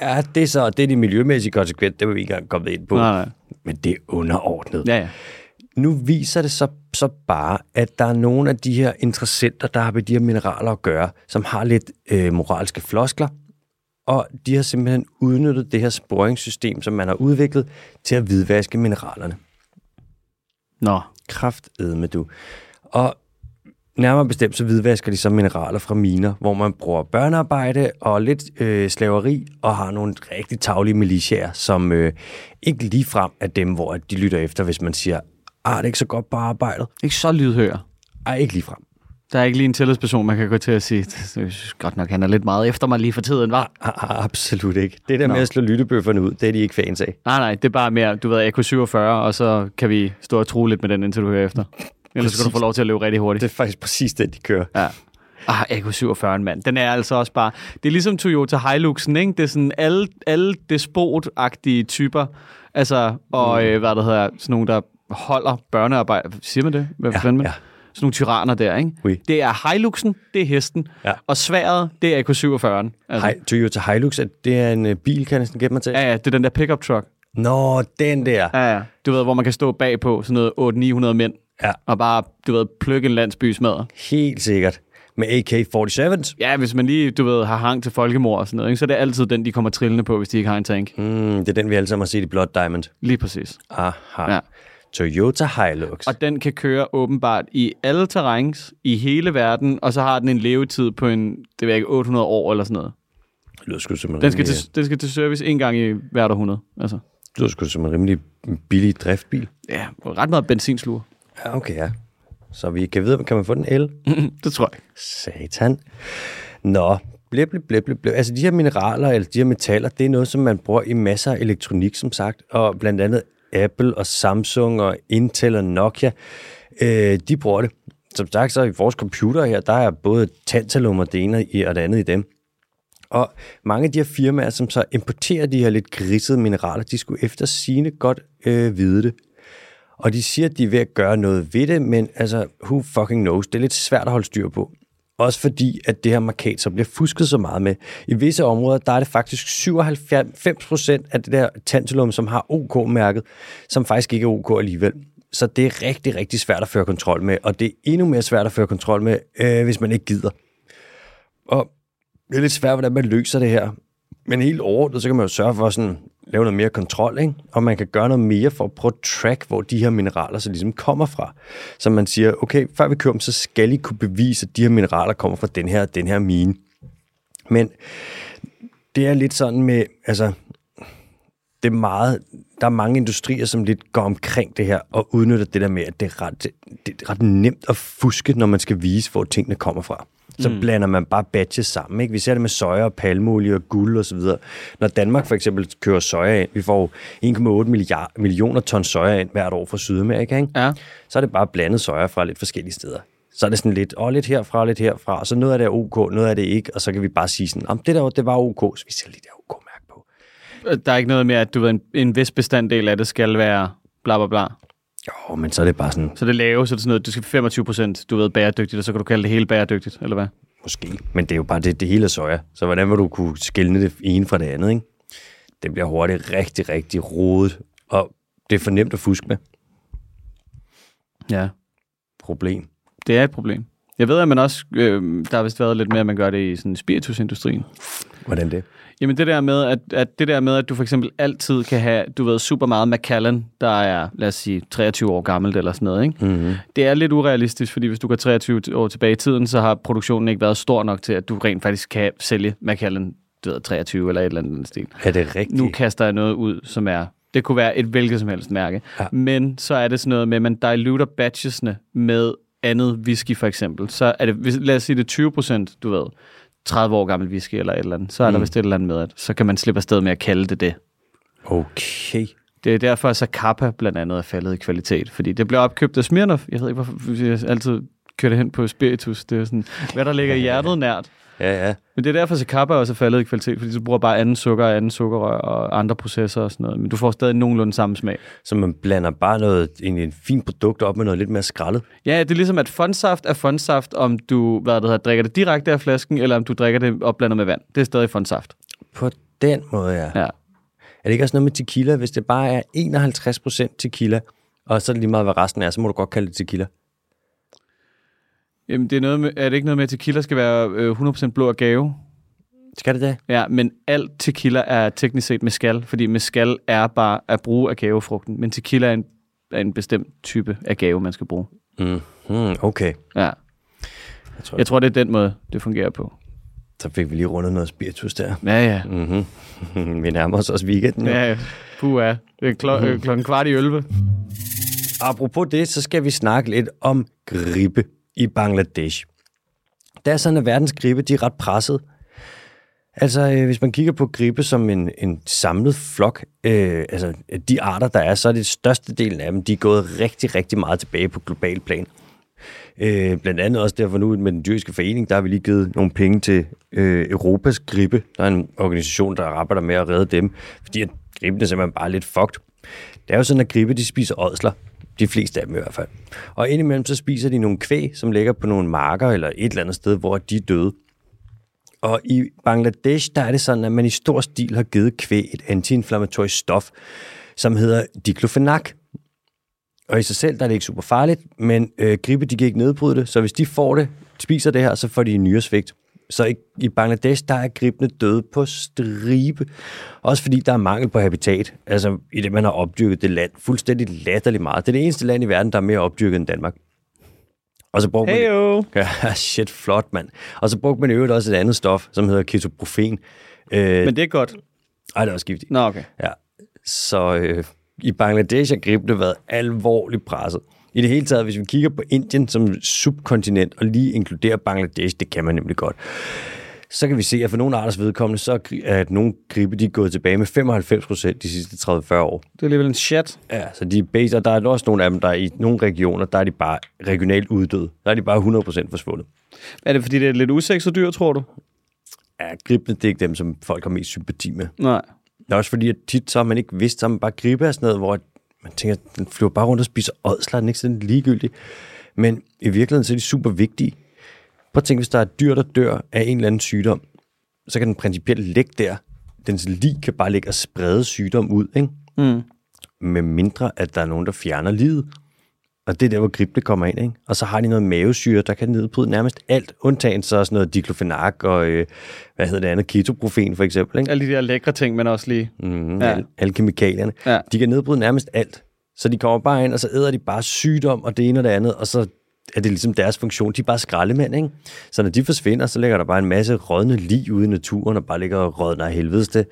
[SPEAKER 1] altså, Ja, det er så det er de miljømæssige konsekvenser, det vil vi ikke engang komme ind på.
[SPEAKER 2] Nej, nej.
[SPEAKER 1] Men det er underordnet.
[SPEAKER 2] Ja, ja.
[SPEAKER 1] Nu viser det så, så bare, at der er nogle af de her interessenter, der har med de her mineraler at gøre, som har lidt øh, moralske floskler, og de har simpelthen udnyttet det her sporingssystem, som man har udviklet, til at hvidvaske mineralerne.
[SPEAKER 2] Nå.
[SPEAKER 1] Kraftedme du. Og nærmere bestemt, så hvidvasker de så mineraler fra miner, hvor man bruger børnearbejde og lidt øh, slaveri, og har nogle rigtig taglige militiaer, som øh, ikke lige frem er dem, hvor at de lytter efter, hvis man siger, ah, det er ikke så godt på arbejdet.
[SPEAKER 2] Ikke så lydhør.
[SPEAKER 1] Ej, ikke lige frem.
[SPEAKER 2] Der er ikke lige en tillidsperson, man kan gå til at sige, "Jeg synes godt nok, han er lidt meget efter mig lige for tiden, var.
[SPEAKER 1] Ah, absolut ikke. Det der Nå. med at slå lyttebøfferne ud, det er de ikke fans af.
[SPEAKER 2] Nej, nej, det er bare mere, du ved, AK-47, og så kan vi stå og true lidt med den, indtil du hører efter. Ellers skal du få lov til at løbe rigtig hurtigt.
[SPEAKER 1] Det er faktisk præcis det, de kører.
[SPEAKER 2] Ja. Ah, AK-47, mand. Den er altså også bare... Det er ligesom Toyota Hiluxen, ikke? Det er sådan alle, alle despot-agtige typer. Altså, og mm. øh, hvad det hedder, sådan nogle, der holder børnearbejde. Siger man det? Hvad
[SPEAKER 1] Ja,
[SPEAKER 2] ja, fanden
[SPEAKER 1] ja.
[SPEAKER 2] ja. Sådan nogle tyranner der, ikke?
[SPEAKER 1] Oui.
[SPEAKER 2] Det er Hiluxen, det er hesten.
[SPEAKER 1] Ja.
[SPEAKER 2] Og sværet, det er AK-47'en. Altså,
[SPEAKER 1] Hej, Toyota Hilux, er- det er en øh, bil, kan jeg næsten gætte mig til.
[SPEAKER 2] ja, ja, det er den der pickup truck.
[SPEAKER 1] Nå, den der.
[SPEAKER 2] Ja, ja. Du ved, hvor man kan stå bagpå sådan noget 800-900 mænd.
[SPEAKER 1] Ja.
[SPEAKER 2] Og bare, du ved, plukke en landsby smadret.
[SPEAKER 1] Helt sikkert. Med AK-47's.
[SPEAKER 2] Ja, hvis man lige, du ved, har hang til folkemord og sådan noget, ikke? så er det altid den, de kommer trillende på, hvis de ikke har en tank.
[SPEAKER 1] Mm, det er den, vi alle sammen har set i Blood Diamond.
[SPEAKER 2] Lige præcis.
[SPEAKER 1] Aha. Ja.
[SPEAKER 2] Ja.
[SPEAKER 1] Toyota Hilux.
[SPEAKER 2] Og den kan køre åbenbart i alle terræns i hele verden, og så har den en levetid på en, det ved jeg ikke, 800 år eller sådan noget.
[SPEAKER 1] Det lyder sgu som en
[SPEAKER 2] Den skal,
[SPEAKER 1] rimelig,
[SPEAKER 2] til, den skal til service en gang i hvert århundrede. Altså.
[SPEAKER 1] det lyder sgu som en rimelig billig driftbil.
[SPEAKER 2] Ja, og ret meget benzinsluger.
[SPEAKER 1] Ja, okay, ja. Så vi kan vide, kan man få den el?
[SPEAKER 2] det tror jeg.
[SPEAKER 1] Satan. Nå, blip, blip, blip, blip, blip. Altså de her mineraler, eller de her metaller, det er noget, som man bruger i masser af elektronik, som sagt. Og blandt andet Apple og Samsung og Intel og Nokia, øh, de bruger det. Som sagt, så i vores computer her, der er både tantalum og det ene i- og det andet i dem. Og mange af de her firmaer, som så importerer de her lidt grisede mineraler, de skulle efter sine godt øh, vide det. Og de siger, at de er ved at gøre noget ved det, men altså, who fucking knows? Det er lidt svært at holde styr på. Også fordi, at det her markat så bliver fusket så meget med. I visse områder, der er det faktisk 97 procent af det der tantalum, som har OK-mærket, som faktisk ikke er OK alligevel. Så det er rigtig, rigtig svært at føre kontrol med, og det er endnu mere svært at føre kontrol med, øh, hvis man ikke gider. Og det er lidt svært, hvordan man løser det her. Men helt overordnet, så kan man jo sørge for at sådan, lave noget mere kontrol, ikke? og man kan gøre noget mere for at prøve at track, hvor de her mineraler så ligesom kommer fra. Så man siger, okay, før vi kører dem, så skal I kunne bevise, at de her mineraler kommer fra den her og den her mine. Men det er lidt sådan med, altså, det er meget, der er mange industrier, som lidt går omkring det her og udnytter det der med, at det er ret, det er ret nemt at fuske, når man skal vise, hvor tingene kommer fra. Så mm. blander man bare batches sammen. Ikke? Vi ser det med soja og palmolie og guld og så videre. Når Danmark for eksempel kører soja ind, vi får jo 1,8 milliard, millioner ton soja ind hvert år fra Sydamerika, ikke?
[SPEAKER 2] Ja.
[SPEAKER 1] så er det bare blandet soja fra lidt forskellige steder. Så er det sådan lidt, åh, lidt herfra, lidt herfra, og så noget af det er OK, noget af det ikke, og så kan vi bare sige sådan, om det der det var OK, så vi sætter lige det OK-mærke på.
[SPEAKER 2] Der er ikke noget med, at du ved, en, en vis bestanddel af det skal være bla bla bla.
[SPEAKER 1] Jo, men så er det bare sådan,
[SPEAKER 2] Så det lave, så er det sådan noget, du skal 25 procent, du ved, bæredygtigt, og så kan du kalde det hele bæredygtigt, eller hvad?
[SPEAKER 1] Måske. Men det er jo bare det, det hele er soja. Så hvordan vil du kunne skille det ene fra det andet, ikke? Det bliver hurtigt rigtig, rigtig rodet, og det er for nemt at fuske med.
[SPEAKER 2] Ja.
[SPEAKER 1] Problem.
[SPEAKER 2] Det er et problem. Jeg ved, at man også, øh, der har vist været lidt mere, at man gør det i sådan spiritusindustrien.
[SPEAKER 1] Hvordan det?
[SPEAKER 2] Jamen det der med, at, at det der med, at du for eksempel altid kan have, du ved, super meget Macallan, der er, lad os sige, 23 år gammelt eller sådan noget, ikke? Mm-hmm. Det er lidt urealistisk, fordi hvis du går 23 år tilbage i tiden, så har produktionen ikke været stor nok til, at du rent faktisk kan sælge Macallan, du ved, 23 eller et eller andet i den stil.
[SPEAKER 1] Er det rigtigt?
[SPEAKER 2] Nu kaster jeg noget ud, som er... Det kunne være et hvilket som helst mærke.
[SPEAKER 1] Ja.
[SPEAKER 2] Ja. Men så er det sådan noget med, at man diluter batchesne med andet whisky for eksempel. Så er det, hvis- lad os sige det er 20 procent, du ved. 30 år gammel whisky eller et eller andet, så er mm. der vist et eller andet med, at så kan man slippe afsted med at kalde det det.
[SPEAKER 1] Okay.
[SPEAKER 2] Det er derfor, at Zacapa blandt andet er faldet i kvalitet, fordi det blev opkøbt af Smirnoff. Jeg ved ikke, hvorfor jeg altid kører det hen på spiritus. Det er sådan, hvad der ligger i hjertet nært.
[SPEAKER 1] Ja, ja.
[SPEAKER 2] Men det er derfor, at Zacapa også er faldet i kvalitet, fordi du bruger bare anden sukker og anden sukkerrør og andre processer og sådan noget. Men du får stadig nogenlunde samme smag.
[SPEAKER 1] Så man blander bare noget, en, en fin produkt op med noget lidt mere skraldet.
[SPEAKER 2] Ja, det er ligesom, at fondsaft er fondsaft, om du hvad det hedder, drikker det direkte af flasken, eller om du drikker det opblandet med vand. Det er stadig fondsaft.
[SPEAKER 1] På den måde, ja.
[SPEAKER 2] Ja.
[SPEAKER 1] Er det ikke også noget med tequila, hvis det bare er 51% tequila, og så er det lige meget, hvad resten er, så må du godt kalde det tequila.
[SPEAKER 2] Jamen, det er, noget med, er det ikke noget med, at tequila skal være øh, 100% blå og gave?
[SPEAKER 1] Skal det det?
[SPEAKER 2] Ja, men alt tequila er teknisk set mezcal, fordi mezcal er bare at bruge agavefrugten, men tequila er en, er en bestemt type agave, man skal bruge.
[SPEAKER 1] Mm, okay.
[SPEAKER 2] Ja.
[SPEAKER 1] Jeg tror,
[SPEAKER 2] Jeg tror, det er den måde, det fungerer på.
[SPEAKER 1] Så fik vi lige rundet noget spiritus der.
[SPEAKER 2] Ja, ja.
[SPEAKER 1] Mm-hmm. Vi nærmer os også weekenden. Ja.
[SPEAKER 2] Ja, ja. Puh, ja. Det er klo- øh, klokken kvart i 11.
[SPEAKER 1] Apropos det, så skal vi snakke lidt om gribe i Bangladesh. Der er sådan, at verdens gribe, de er ret presset. Altså, øh, hvis man kigger på gribe som en, en samlet flok, øh, altså de arter, der er, så er det størstedelen af dem, de er gået rigtig, rigtig meget tilbage på global plan. Øh, blandt andet også derfor nu med den dyriske forening, der har vi lige givet nogle penge til øh, Europas gribe. Der er en organisation, der arbejder med at redde dem, fordi at gribene simpelthen bare er lidt fucked. Det er jo sådan, at gribe de spiser ådsler. De fleste af dem i hvert fald. Og indimellem så spiser de nogle kvæg, som ligger på nogle marker eller et eller andet sted, hvor de er døde. Og i Bangladesh, der er det sådan, at man i stor stil har givet kvæg et antiinflammatorisk stof, som hedder diclofenac. Og i sig selv, der er det ikke super farligt, men øh, gribe, de kan ikke nedbryde det, så hvis de får det, spiser det her, så får de nyresvigt. Så i, i Bangladesh, der er gribene døde på stribe. Også fordi der er mangel på habitat. Altså i det, man har opdyrket det land fuldstændig latterligt meget. Det er det eneste land i verden, der er mere opdyrket end Danmark. Og så bruger man...
[SPEAKER 2] Heyo!
[SPEAKER 1] Ja, shit, flot, mand. Og så brugte man i øvrigt også et andet stof, som hedder ketoprofen. Øh,
[SPEAKER 2] Men det er godt.
[SPEAKER 1] ej, det var skiftigt.
[SPEAKER 2] Nå, okay.
[SPEAKER 1] Ja. Så øh, i Bangladesh har gribene været alvorligt presset. I det hele taget, hvis vi kigger på Indien som subkontinent og lige inkluderer Bangladesh, det kan man nemlig godt, så kan vi se, at for nogle arters vedkommende, så er gri- at nogle gribe de er gået tilbage med 95 procent de sidste 30-40 år.
[SPEAKER 2] Det er alligevel en chat.
[SPEAKER 1] Ja, så de er base, og der er også nogle af dem, der er i nogle regioner, der er de bare regionalt uddøde. Der er de bare 100 procent forsvundet.
[SPEAKER 2] Er det, fordi det er et lidt usekset dyr, tror du?
[SPEAKER 1] Ja, gribene, det er ikke dem, som folk har mest sympati med.
[SPEAKER 2] Nej.
[SPEAKER 1] Det er også fordi, at tit så har man ikke vidst, så har man bare gribe af sådan noget, hvor man tænker, at den flyver bare rundt og spiser ådsler, er den ikke sådan ligegyldig. Men i virkeligheden, så er de super vigtige. Prøv at tænke, hvis der er et dyr, der dør af en eller anden sygdom, så kan den principielt ligge der. Dens lig kan bare ligge og sprede sygdom ud, ikke?
[SPEAKER 2] Mm.
[SPEAKER 1] med mindre at der er nogen, der fjerner livet. Og det er der, hvor gribene kommer ind. Ikke? Og så har de noget mavesyre, der kan nedbryde nærmest alt, undtagen så sådan noget diclofenac og, øh, hvad hedder det andet, ketoprofen for eksempel. Ikke?
[SPEAKER 2] Alle de der lækre ting, men også lige...
[SPEAKER 1] Mm,
[SPEAKER 2] Ja.
[SPEAKER 1] ja. alle, alle kemikalierne.
[SPEAKER 2] Ja.
[SPEAKER 1] Ja. De kan nedbryde nærmest alt. Så de kommer bare ind, og så æder de bare sygdom og det ene og det andet, og så er det ligesom deres funktion. De er bare skraldemænd, ikke? Så når de forsvinder, så ligger der bare en masse rådne lig ude i naturen, og bare ligger og rådner af helvedes det.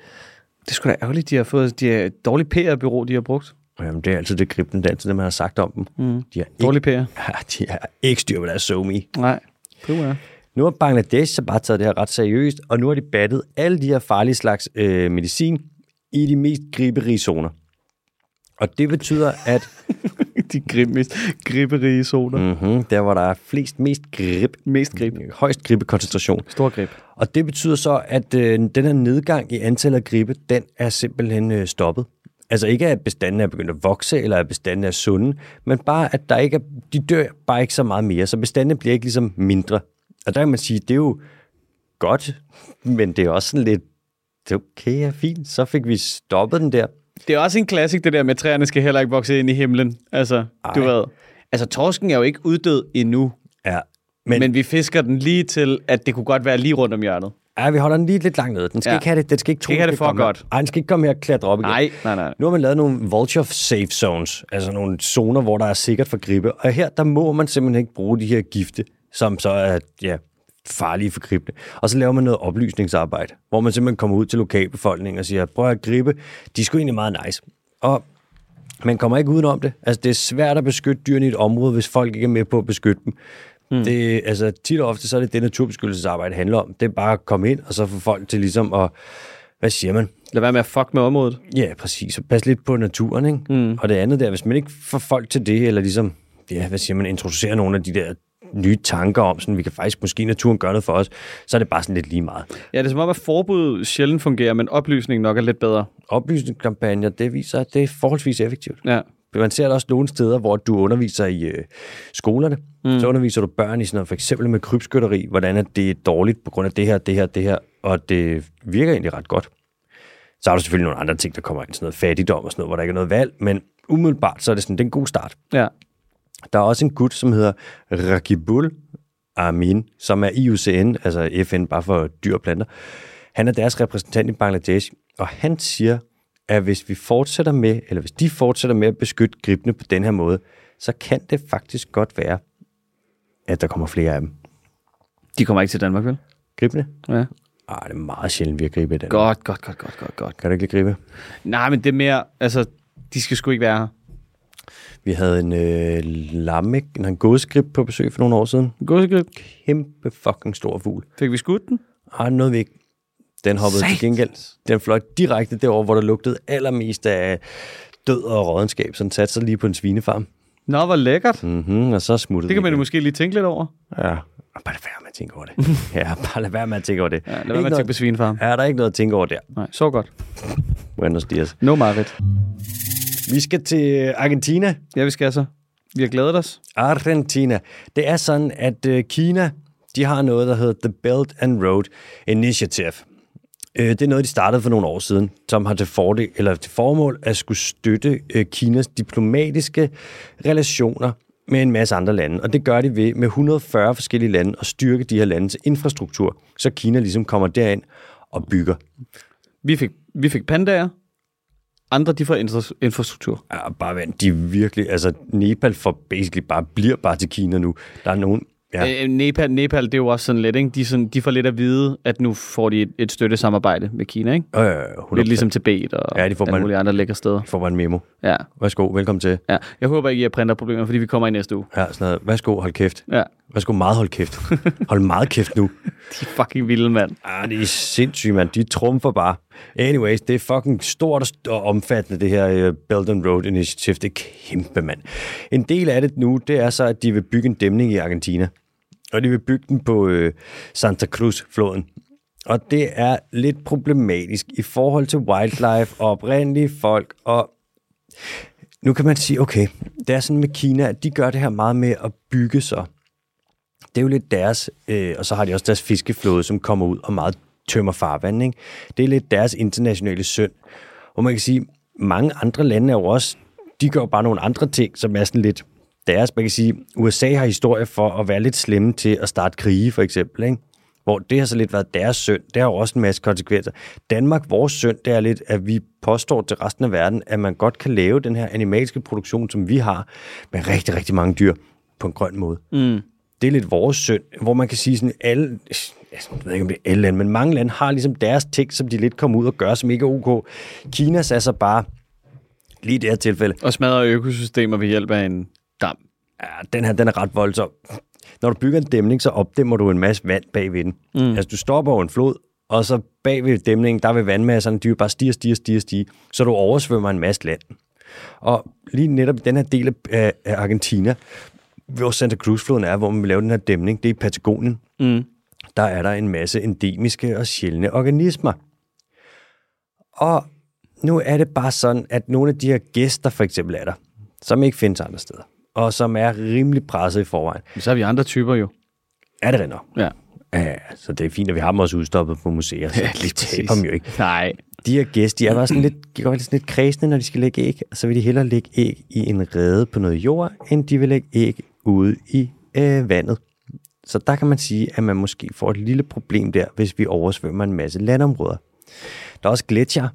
[SPEAKER 2] Det er sgu da ærgerligt, de har fået... De er et dårligt PR-bureau, de har brugt.
[SPEAKER 1] Jamen, det er altid det kriblen, det er altid det, man har sagt om dem. Mm. De, har ikke,
[SPEAKER 2] Dårlig PR.
[SPEAKER 1] ja, de har ikke styr på deres somi.
[SPEAKER 2] Nej. Primært.
[SPEAKER 1] Nu har Bangladesh så bare taget det her ret seriøst, og nu har de battet alle de her farlige slags øh, medicin i de mest griberige zoner. Og det betyder, at
[SPEAKER 2] de grib, mest griberige zoner. Mm.
[SPEAKER 1] Mm-hmm. Der, hvor der er flest, mest grib, Øh,
[SPEAKER 2] Mest grib.
[SPEAKER 1] højst gribekoncentration.
[SPEAKER 2] Stor grib.
[SPEAKER 1] Og det betyder så, at øh, den her nedgang i antallet af gribe, den er simpelthen øh, stoppet. Altså ikke, at bestanden er begyndt at vokse, eller at bestanden er sunde, men bare, at der ikke er, de dør bare ikke så meget mere, så bestanden bliver ikke ligesom mindre. Og der kan man sige, det er jo godt, men det er også sådan lidt, det er okay og fint, så fik vi stoppet den der.
[SPEAKER 2] Det er også en klassik, det der med, at træerne skal heller ikke vokse ind i himlen. Altså, Ej. du ved. Altså, torsken er jo ikke uddød endnu,
[SPEAKER 1] Ja,
[SPEAKER 2] men, men vi fisker den lige til, at det kunne godt være lige rundt om hjørnet.
[SPEAKER 1] Ja, vi holder den lige lidt langt nede. Den skal
[SPEAKER 2] Ja.
[SPEAKER 1] ja. ikke have det, den skal ikke tro,
[SPEAKER 2] Ikke have
[SPEAKER 1] den
[SPEAKER 2] det
[SPEAKER 1] skal
[SPEAKER 2] for
[SPEAKER 1] komme her.
[SPEAKER 2] godt.
[SPEAKER 1] Ej, den skal ikke komme her og klatre op igen.
[SPEAKER 2] Nej, nej, nej.
[SPEAKER 1] Nu har man lavet nogle vulture safe zones, altså nogle zoner, hvor der er sikkert for gribe. Og her, der må man simpelthen ikke bruge de her gifte, som så er ja, farlige for gribene. Og så laver man noget oplysningsarbejde, hvor man simpelthen kommer ud til lokalbefolkningen og siger, prøv at gribe, de er sgu egentlig meget nice. Og man kommer ikke udenom det. Altså, det er svært at beskytte dyrene i et område, hvis folk ikke er med på at beskytte dem.
[SPEAKER 2] Hmm.
[SPEAKER 1] Mm. Det, altså, tit og ofte så er det det, naturbeskyttelsesarbejde handler om. Det er bare at komme ind og så få folk til ligesom at, hvad siger man,
[SPEAKER 2] Lad være med at fuck med området.
[SPEAKER 1] Ja, præcis. Og pas lidt på naturen, ikke? Mm. Og det andet der, hvis man ikke får folk til det, eller ligesom, ja, hvad siger man, introducerer nogle af de der nye tanker om, sådan, vi kan faktisk, måske naturen gør noget for os, så er det bare sådan lidt lige meget.
[SPEAKER 2] Ja, det er som om, at forbud sjældent fungerer, men oplysning nok er lidt bedre.
[SPEAKER 1] Oplysningskampagner, det viser, at det er forholdsvis effektivt.
[SPEAKER 2] Ja.
[SPEAKER 1] Man ser det også nogle steder, hvor du underviser i øh, skolerne. Mm. Så underviser du børn i sådan noget, for eksempel med krybskytteri, hvordan at det er dårligt på grund af det her, det her, det her, og det virker egentlig ret godt. Så har du selvfølgelig nogle andre ting, der kommer ind, sådan noget fattigdom og sådan noget, hvor der ikke er noget valg, men umiddelbart, så er det sådan, det er en god start.
[SPEAKER 2] Ja.
[SPEAKER 1] Der er også en gut, som hedder Rakibul Amin, som er IUCN, altså FN bare for dyr og planter. Han er deres repræsentant i Bangladesh, og han siger, at hvis vi fortsætter med, eller hvis de fortsætter med at beskytte gribene på den her måde, så kan det faktisk godt være, at der kommer flere af dem.
[SPEAKER 2] De kommer ikke til Danmark, vel?
[SPEAKER 1] Gribene?
[SPEAKER 2] Ja.
[SPEAKER 1] Ah, det er meget sjældent, vi har gribet den.
[SPEAKER 2] Godt, godt, godt, godt, godt, godt.
[SPEAKER 1] Kan du ikke lide gribe?
[SPEAKER 2] Nej, men det er mere, altså, de skal sgu ikke være her.
[SPEAKER 1] Vi havde en øh, lamme, en gådegrib på besøg for nogle år siden.
[SPEAKER 2] Godsegrib.
[SPEAKER 1] Kæmpe fucking stor fugl.
[SPEAKER 2] Fik vi skudt den?
[SPEAKER 1] Ah, noget vi ikke. Den hoppede til gengæld. Den fløj direkte derover, hvor der lugtede allermest af død og rådenskab. Så den satte sig lige på en svinefarm.
[SPEAKER 2] Nå, hvor lækkert.
[SPEAKER 1] Mm-hmm, og så smuttede
[SPEAKER 2] Det kan man
[SPEAKER 1] den
[SPEAKER 2] jo måske lige tænke lidt over.
[SPEAKER 1] igen. Ja. Og bare lad være med at tænke over det. ja, bare lad være med at tænke over det.
[SPEAKER 2] Ja, lad
[SPEAKER 1] Ikke
[SPEAKER 2] være med at
[SPEAKER 1] noget-
[SPEAKER 2] tænke på svinefarm.
[SPEAKER 1] Ja, der er ikke noget at tænke over der.
[SPEAKER 2] Nej, så godt.
[SPEAKER 1] Buenos dias.
[SPEAKER 2] No Marit.
[SPEAKER 1] Vi skal til Argentina.
[SPEAKER 2] Ja, vi skal så. Vi har glædet os.
[SPEAKER 1] Argentina. Det er sådan, at øh, Kina de har noget, der hedder The Belt and Road Initiative. Øh, det er noget, de startede for nogle år siden, som har til, fordel, eller til formål at skulle støtte øh, Kinas diplomatiske relationer med en masse andre lande. Og det gør de ved med 140 forskellige lande at styrke de her landes infrastruktur, så Kina ligesom kommer derind og bygger.
[SPEAKER 2] Vi fik, vi fik pandaer. Andre, de får infra- infrastruktur.
[SPEAKER 1] Ja, Ah, bare vent, de er virkelig, altså Nepal for basically bare bliver bare til Kina nu. Der er nogen, ja.
[SPEAKER 2] Ja. Øh, Nepal, Nepal, det er jo også sådan lidt, ikke? De, er sådan, de får lidt at vide, at nu får de et, et støttesamarbejde med Kina, ikke?
[SPEAKER 1] Øh, 100%.
[SPEAKER 2] Lidt ligesom Tibet og
[SPEAKER 1] Ja, de får
[SPEAKER 2] alle
[SPEAKER 1] man-
[SPEAKER 2] mulige andre lækre steder.
[SPEAKER 1] får man en memo.
[SPEAKER 2] Ja,
[SPEAKER 1] Værsgo, velkommen til.
[SPEAKER 2] ja. Jeg håber ikke, I har printer problemer, fordi vi kommer i næste uge.
[SPEAKER 1] Ja, sådan noget. Værsgo, hold kæft.
[SPEAKER 2] Ja,
[SPEAKER 1] Værsgo, meget hold kæft. Hold meget kæft nu.
[SPEAKER 2] de er fucking vilde, mand.
[SPEAKER 1] Ah, det er sindssygt, mand. De trumfer bare. Anyways, det er fucking stort og st- og omfattende, det her øh, Belt and Road Initiative. Det er kæmpe, mand. En del af det nu, det er så, at de vil bygge en dæmning i Argentina. Og de vil bygge den på øh, Santa Cruz-floden. Og det er lidt problematisk i forhold til wildlife og oprindelige folk og nu kan man sige, okay, det er sådan med Kina, at de gør det her meget med at bygge sig. Det er jo lidt deres, øh, og så har de også deres fiskeflåde, som kommer ud og meget tømmer farvand. Ikke? Det er lidt deres internationale synd. Og man kan sige, mange andre lande er jo også, de gør jo bare nogle andre ting, som er sådan lidt deres. Man kan sige, USA har historie for at være lidt slemme til at starte krige, for eksempel. Ikke? Hvor det har så lidt været deres synd. Det har jo også en masse konsekvenser. Danmark, vores synd, det er lidt, at vi påstår til resten af verden, at man godt kan lave den her animalske produktion, som vi har, med rigtig, rigtig mange dyr på en grøn måde. Mm. Det er lidt vores synd, hvor man kan sige sådan, alle, jeg ved ikke, om det er alle lande, men mange lande har ligesom deres ting, som de lidt kommer ud og gør, som ikke er ok. Kinas er så bare, lige i det her tilfælde,
[SPEAKER 2] Og smadrer økosystemer ved hjælp af en dam.
[SPEAKER 1] ja, den her, den er ret voldsom. Når du bygger en dæmning, så opdæmmer du en masse vand bagved den. Mm. Altså, du stopper over en flod, og så bagved dæmningen, der vil vandmasserne, de vil bare stige, stige, stige, stige, så du oversvømmer en masse land. Og lige netop i den her del af- af af Argentina, hvor Santa Cruz-floden er, hvor man vil lave den her dæmning, det er i Patagonien. Mm. Der er der en masse endemiske og sjældne organismer. Og nu er det bare sådan, at nogle af de her gæster for eksempel er der, som ikke findes andre steder, og som er rimelig presset i forvejen,
[SPEAKER 2] Men så har vi andre typer jo.
[SPEAKER 1] er det render.
[SPEAKER 2] Ja.
[SPEAKER 1] Ja, så det er fint, at vi har dem også udstoppet på museer, så ja, lige taber dem jo ikke.
[SPEAKER 2] Nej.
[SPEAKER 1] De her gæster, de er bare sådan lidt, de kan godt være sådan lidt kredsende, når de skal lægge æg, og så vil de hellere lægge æg i en rede på noget jord, end de vil lægge æg ude i øh, vandet. Så der kan man sige, at man måske får et lille problem der, hvis vi oversvømmer en masse landområder. Der er også gletsjer,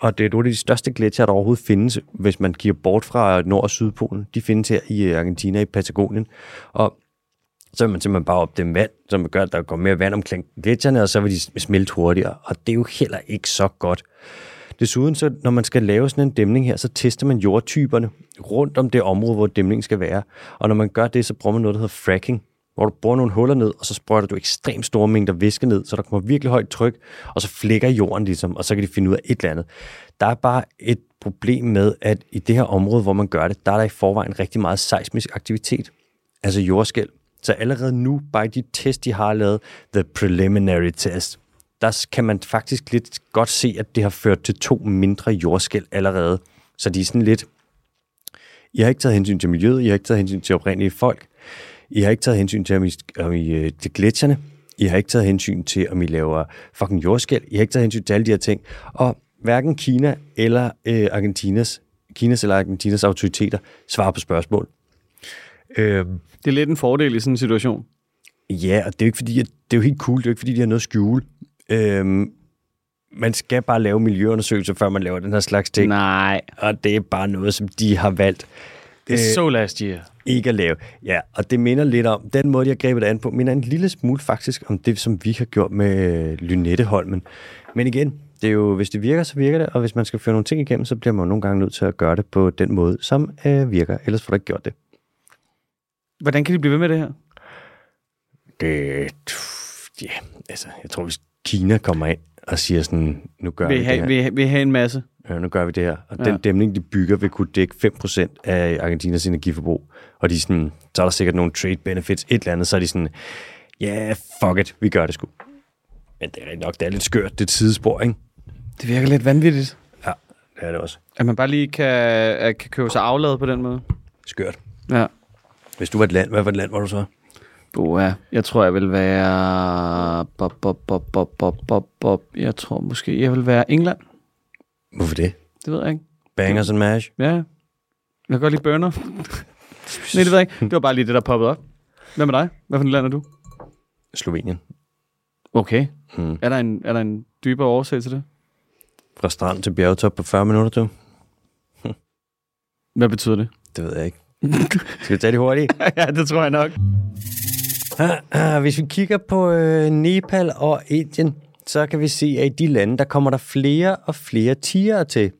[SPEAKER 1] og det er nogle af de største gletsjer, der overhovedet findes, hvis man kigger bort fra Nord- og Sydpolen. De findes her i øh, Argentina, i Patagonien. Og så vil man simpelthen bare opdæmme vand, som gør, at der går mere vand omkring gletsjerne, og så vil de smelte hurtigere. Og det er jo heller ikke så godt. Desuden, så, når man skal lave sådan en dæmning her, så tester man jordtyperne rundt om det område, hvor dæmningen skal være. Og når man gør det, så bruger man noget, der hedder fracking, hvor hvor du bruger nogle huller ned, og så sprøjter du ekstremt store mængder væske ned, så der kommer virkelig højt tryk, og så flækker jorden ligesom, og så kan de finde ud af et eller andet. Der er bare et problem med, at i det her område, hvor man gør det, der er der i forvejen rigtig meget seismisk aktivitet, altså jordskæl. Så allerede nu, bare i de test, de har lavet, the preliminary test, der kan man faktisk lidt godt se, at det har ført til to mindre jordskæl allerede. Så de er sådan lidt, I har ikke taget hensyn til miljøet, I har ikke taget hensyn til oprindelige folk, I har ikke taget hensyn til, om I, om I øh, til gletsjerne, I har ikke taget hensyn til, om I laver fucking jordskæl, I har ikke taget hensyn til alle de her ting. Og hverken Kina eller øh, Argentinas, Kinas eller Argentinas autoriteter svarer på spørgsmål. Øhm,
[SPEAKER 2] Det er lidt en fordel i sådan en situation.
[SPEAKER 1] Ja, og det er jo ikke fordi, at, det er jo helt cool. Det er jo ikke fordi, de har noget at skjule. Øhm, man skal bare lave miljøundersøgelser, før man laver den her slags ting. Nej.
[SPEAKER 2] Nej.
[SPEAKER 1] Og det er bare noget, som de har valgt
[SPEAKER 2] Det er så last year.
[SPEAKER 1] ikke at lave. Ja, og det minder lidt om, den måde, jeg greb det an på, minder en lille smule faktisk om det, som vi har gjort med øh, Lynetteholmen. Men igen, det er jo, hvis det virker, så virker det, og hvis man skal føre nogle ting igennem, så bliver man jo nogle gange nødt til at gøre det på den måde, som øh, virker. Ellers får du ikke gjort det.
[SPEAKER 2] Hvordan kan de blive ved med det her?
[SPEAKER 1] det, Øh, ja, altså, jeg tror, hvis Kina kommer ind og siger sådan, nu gør vi, det
[SPEAKER 2] Vil I have,
[SPEAKER 1] her,
[SPEAKER 2] vil, I have- vil I have en masse?
[SPEAKER 1] ja, nu gør vi det her, og
[SPEAKER 2] Ja.
[SPEAKER 1] ja. den dæmning, de bygger, vil kunne dække 5% af Argentinas energiforbrug, og de er sådan, så er der sikkert nogle trade benefits, et eller andet, så er de sådan, ja, yeah, fuck it, vi gør det sgu. Men det er rigtig nok, det er lidt skørt, det er et sidespor, ikke?
[SPEAKER 2] Det virker lidt vanvittigt.
[SPEAKER 1] Ja, det er det også.
[SPEAKER 2] At man bare lige kan, at kan købe sig afladet på den måde.
[SPEAKER 1] Skørt.
[SPEAKER 2] Ja.
[SPEAKER 1] Hvis du var et land, hvad for et land var du så?
[SPEAKER 2] Boa. Jeg tror, jeg vil være... Bop, bop, bop, bop, bop, bop, bop. Jeg tror måske, jeg vil være England.
[SPEAKER 1] Hvorfor det?
[SPEAKER 2] Det ved jeg ikke.
[SPEAKER 1] Bangers and mash?
[SPEAKER 2] Ja. Jeg kan godt lide burner. Nej, det ved jeg ikke. Det var bare lige det, der poppede op. Hvad med dig? Hvad for et land er du?
[SPEAKER 1] Slovenien.
[SPEAKER 2] Okay.
[SPEAKER 1] Mm.
[SPEAKER 2] Er der en, er der en dybere årsag til det?
[SPEAKER 1] Fra strand til bjergetop på 40 minutter, du?
[SPEAKER 2] Hvad betyder det?
[SPEAKER 1] Det ved jeg ikke. Skal vi tage det hurtigt?
[SPEAKER 2] ja, det tror jeg nok.
[SPEAKER 1] Hvis vi kigger på øh, Nepal og Indien, så kan vi se, at i de lande, der kommer der flere og flere tiger til.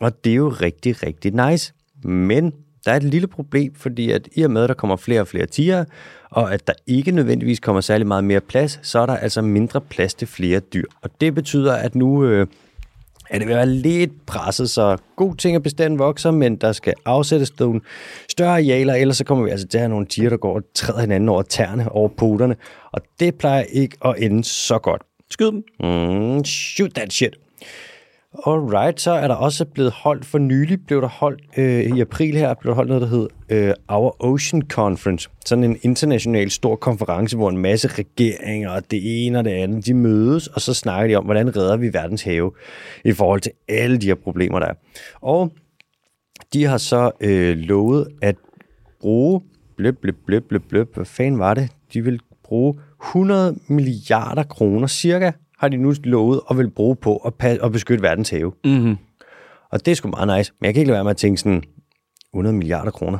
[SPEAKER 1] Og det er jo rigtig, rigtig nice. Men der er et lille problem, fordi at i og med, at der kommer flere og flere tiger, og at der ikke nødvendigvis kommer særlig meget mere plads, så er der altså mindre plads til flere dyr. Og det betyder, at nu øh, er det ved at være lidt presset, så god ting at bestanden vokser, men der skal afsættes nogle større arealer, ellers så kommer vi altså til at have nogle tiger, der går og træder hinanden over tæerne, over poterne, og det plejer ikke at ende så godt.
[SPEAKER 2] Skyd dem.
[SPEAKER 1] Mm, shoot that shit. Alright, så er der også blevet holdt, for nylig blev der holdt, øh, i april her, blev der holdt noget, der hed øh, Our Ocean Conference. Sådan en international stor konference, hvor en masse regeringer og det ene og det andet, de mødes, og så snakker de om, hvordan redder vi verdens have i forhold til alle de her problemer, der er. Og de har så øh, lovet at bruge, bløb, bløb, bløb, bløb, bløb, hvad fanden var det? De vil bruge 100 milliarder kroner cirka, har de nu lovet og vil bruge på at, passe, at beskytte verdens have.
[SPEAKER 2] Mm-hmm.
[SPEAKER 1] Og det er sgu meget nice, men jeg kan ikke lade være med at tænke sådan, 100 milliarder kroner.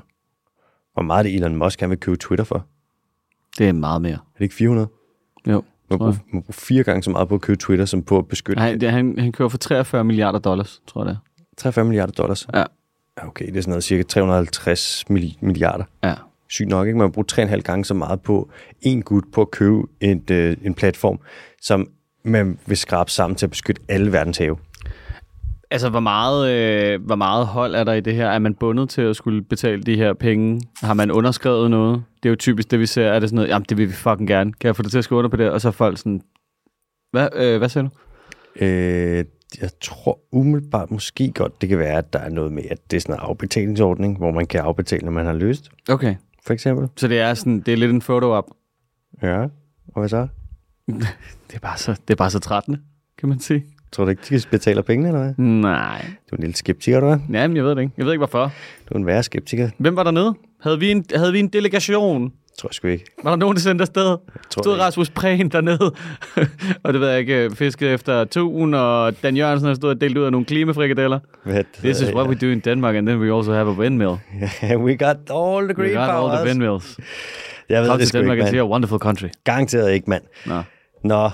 [SPEAKER 1] Hvor meget er det Elon Musk, han vil købe Twitter for? Er
[SPEAKER 2] Det er meget mere.
[SPEAKER 1] det ikke 400?
[SPEAKER 2] Jo.
[SPEAKER 1] Man bruger, man bruger fire gange så meget på at købe Twitter, som på at beskytte
[SPEAKER 2] Nej, det, han, han kører for 43 milliarder dollars, tror jeg det er.
[SPEAKER 1] 3-5 milliarder dollars.
[SPEAKER 2] Ja.
[SPEAKER 1] Ja, Okay, det er sådan noget cirka 350 milli- milliarder.
[SPEAKER 2] Ja.
[SPEAKER 1] sygt nok, ikke? Man bruger 3,5 gange så meget på en gut på at købe et, øh, en platform, som man vil skrabe sammen til at beskytte alle verdens have.
[SPEAKER 2] Altså, hvor meget, øh, hvor meget hold er der i det her? Er man bundet til at skulle betale de her penge? Har man underskrevet noget? Det er jo typisk det, vi ser. Er det sådan noget, jamen det vil vi fucking gerne. Kan jeg få det til at skrive under på det? Og så er folk sådan, Hva, øh, hvad siger du?
[SPEAKER 1] Øh, jeg tror umiddelbart måske godt, det kan være, at der er noget med, at det er sådan en afbetalingsordning, hvor man kan afbetale, når man har løst,
[SPEAKER 2] Okay.
[SPEAKER 1] for eksempel.
[SPEAKER 2] Så det er sådan, det er lidt en photo op.
[SPEAKER 1] Ja, og hvad så?
[SPEAKER 2] Det er bare så, det er bare så trættende, kan man sige.
[SPEAKER 1] Tror du ikke, de betaler pengene, eller hvad?
[SPEAKER 2] Nej.
[SPEAKER 1] Du er en lille skeptiker, du er.
[SPEAKER 2] Jamen, jeg ved det ikke. Jeg ved ikke, hvorfor.
[SPEAKER 1] Du er en værre skeptiker.
[SPEAKER 2] Hvem var dernede? Havde vi en, havde vi en delegation?
[SPEAKER 1] Tror jeg sgu ikke.
[SPEAKER 2] Var der nogen, der sendte afsted?
[SPEAKER 1] Tror
[SPEAKER 2] Stod
[SPEAKER 1] jeg
[SPEAKER 2] Rasmus Prehn dernede, og det ved jeg ikke, fiskede efter tun, og Dan Jørgensen har stået og delt ud af nogle klimafrikadeller.
[SPEAKER 1] Hvad
[SPEAKER 2] This is what we do in Denmark, and then we also have a windmill.
[SPEAKER 1] we got all the
[SPEAKER 2] We
[SPEAKER 1] green
[SPEAKER 2] got all the
[SPEAKER 1] powers.
[SPEAKER 2] windmills.
[SPEAKER 1] Jeg ved
[SPEAKER 2] Kom
[SPEAKER 1] det
[SPEAKER 2] til
[SPEAKER 1] sgu ikke,
[SPEAKER 2] Danmark and see
[SPEAKER 1] mand.
[SPEAKER 2] a wonderful country.
[SPEAKER 1] Garanteret ikke, mand.
[SPEAKER 2] Nå.
[SPEAKER 1] Nå,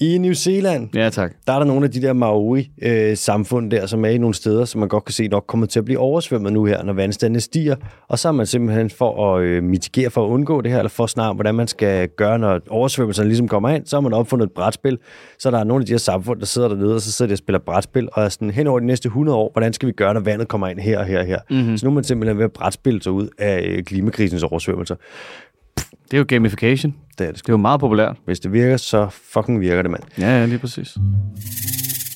[SPEAKER 1] I New Zealand,
[SPEAKER 2] Ja, tak.
[SPEAKER 1] der er der nogle af de der Maori-samfund der, som er i nogle steder, som man godt kan se nok kommer til at blive oversvømmet nu her, når vandstandene stiger. Og så er man simpelthen for at øh, mitigere, for at undgå det her, eller for at snart, hvordan man skal gøre, når oversvømmelserne ligesom kommer ind, så har man opfundet et brætspil. Så der er nogle af de her samfund, der sidder dernede, og så sidder de og spiller brætspil, og er sådan hen over de næste 100 år, hvordan skal vi gøre, når vandet kommer ind her og her og her.
[SPEAKER 2] Mhm.
[SPEAKER 1] Mm-hmm. Så nu er man simpelthen ved at brætspille sig ud af øh, klimakrisens oversvømmelser.
[SPEAKER 2] Det er jo gamification.
[SPEAKER 1] Det er det sgu.
[SPEAKER 2] Det er jo meget populært.
[SPEAKER 1] Hvis det virker, så fucking virker det, mand.
[SPEAKER 2] Ja, ja, lige præcis.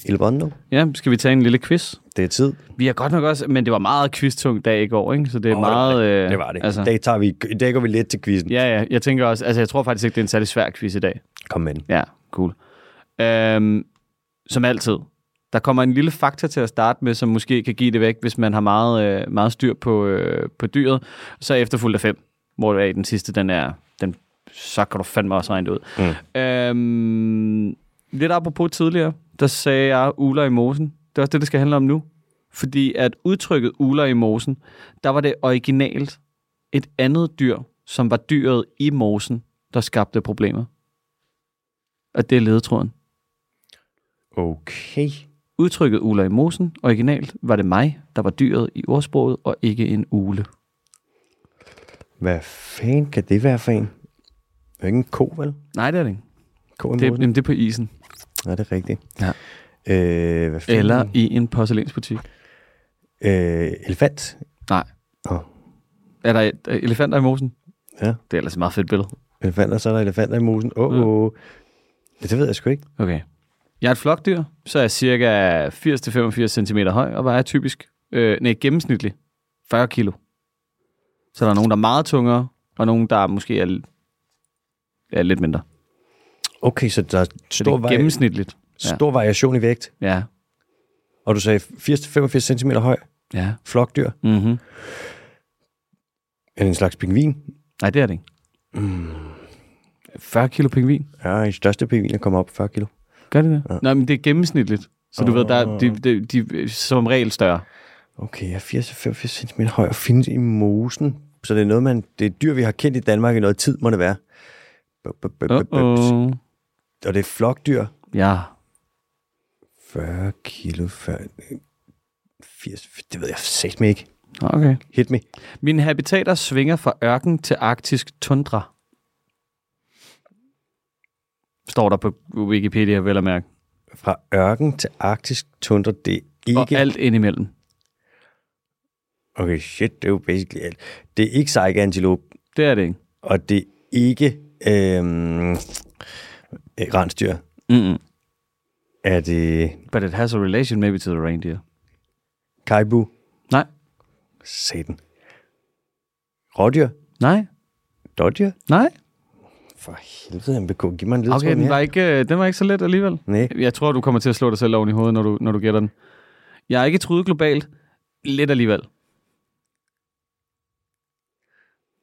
[SPEAKER 1] Il Bondo,
[SPEAKER 2] Ja, skal vi tage en lille quiz?
[SPEAKER 1] det er tid.
[SPEAKER 2] Vi har godt nok også, men det var meget quiztung dag i går, ikke? Så det er oh, meget... Øh,
[SPEAKER 1] Det var det. Altså. I, dag tager vi, I dag går vi lidt til quizzen.
[SPEAKER 2] Ja, ja. Jeg tænker også... Altså, jeg tror faktisk ikke, det er en særlig svær quiz i dag.
[SPEAKER 1] Kom med den.
[SPEAKER 2] Ja, cool. Øhm, som altid. Der kommer en lille fakta til at starte med, som måske kan give det væk, hvis man har meget, øh, meget styr på, øh, på dyret. Så efterfulgt af fem, hvor det er i den sidste, den er... Den, så kan du fandme også regne det ud. Mm. Øhm, lidt apropos tidligere, der sagde jeg uler i mosen. Det er også det, det skal handle om nu. Fordi at udtrykket uler i mosen, der var det originalt et andet dyr, som var dyret i mosen, der skabte problemer. Og det er ledetråden.
[SPEAKER 1] Okay.
[SPEAKER 2] Udtrykket uler i mosen, originalt var det mig, der var dyret i ordsproget, og ikke en ule.
[SPEAKER 1] Hvad fanden kan det være for en? Det er jo ikke en ko, vel?
[SPEAKER 2] Nej, det er det ikke.
[SPEAKER 1] Ko i
[SPEAKER 2] Det, er-
[SPEAKER 1] mosen?
[SPEAKER 2] jamen, det er på isen.
[SPEAKER 1] Nej, det er rigtigt.
[SPEAKER 2] Ja.
[SPEAKER 1] Øh, hvad fanden?
[SPEAKER 2] Eller i en porcelænsbutik.
[SPEAKER 1] Øh, elefant.
[SPEAKER 2] Nej.
[SPEAKER 1] Åh.
[SPEAKER 2] Er der et- øh, elefanter i mosen?
[SPEAKER 1] Ja.
[SPEAKER 2] Det er ellers et meget fedt billede.
[SPEAKER 1] Elefanter, så er der elefanter i mosen. Åh, oh, oh. ja. det ved jeg sgu ikke.
[SPEAKER 2] Okay. Jeg er et flokdyr, så er jeg cirka 80-85 cm høj, og vejer typisk, øh, nej, gennemsnitligt 40 kilo. Så der er nogen, der er meget tungere, og nogen, der måske er, er lidt mindre.
[SPEAKER 1] Okay, så der er
[SPEAKER 2] Så det
[SPEAKER 1] stor,
[SPEAKER 2] er
[SPEAKER 1] vari-
[SPEAKER 2] gennemsnitligt. ja.
[SPEAKER 1] stor variation i vægt.
[SPEAKER 2] Ja,
[SPEAKER 1] Og du sagde 80-85 cm høj
[SPEAKER 2] ja.
[SPEAKER 1] flokdyr.
[SPEAKER 2] Mm-hmm.
[SPEAKER 1] Er det en slags pingvin?
[SPEAKER 2] Nej, det er det ikke. Mm. 40 kilo pingvin.
[SPEAKER 1] Ja, de største pingviner kommer op på 40 kilo.
[SPEAKER 2] Gør det det? Ja. Nej, men det er gennemsnitligt. Så du oh. ved, der, er- de, de, de, er som regel større.
[SPEAKER 1] Okay, jeg er 80-85 cm høj og findes i mosen. Så det er noget, man, det er et dyr, vi har kendt i Danmark i noget tid, må det være. Bup, bup, bup, bup, bup.
[SPEAKER 2] Uh-oh.
[SPEAKER 1] Og det er flokdyr.
[SPEAKER 2] Ja.
[SPEAKER 1] 40 kilo, 40, 80, det ved jeg sæt mig ikke.
[SPEAKER 2] Okay.
[SPEAKER 1] Hit me.
[SPEAKER 2] Mine habitater svinger fra ørken til arktisk tundra. Står der på Wikipedia, vel at mærke.
[SPEAKER 1] Fra ørken til arktisk tundra, det er
[SPEAKER 2] Og
[SPEAKER 1] ikke...
[SPEAKER 2] alt indimellem.
[SPEAKER 1] Okay, shit, det er jo basically alt. Det er ikke sejkantilope,
[SPEAKER 2] Det er det ikke.
[SPEAKER 1] og det er ikke øhm, øh, rensdyr.
[SPEAKER 2] Mm-mm.
[SPEAKER 1] Er det
[SPEAKER 2] But it has a relation maybe to the reindeer.
[SPEAKER 1] kaibu?
[SPEAKER 2] Nej.
[SPEAKER 1] Satan. Rådyr?
[SPEAKER 2] Nej.
[SPEAKER 1] Dårdyr?
[SPEAKER 2] Nej.
[SPEAKER 1] For helvede, MBK. Giv mig en lille
[SPEAKER 2] Okay,
[SPEAKER 1] okay,
[SPEAKER 2] den
[SPEAKER 1] mere.
[SPEAKER 2] var, ikke, øh, den var ikke så let alligevel.
[SPEAKER 1] Nej.
[SPEAKER 2] Jeg tror, du kommer til at slå dig selv oven i hovedet, når du, når du gætter den. Jeg er ikke truet globalt. Lidt alligevel.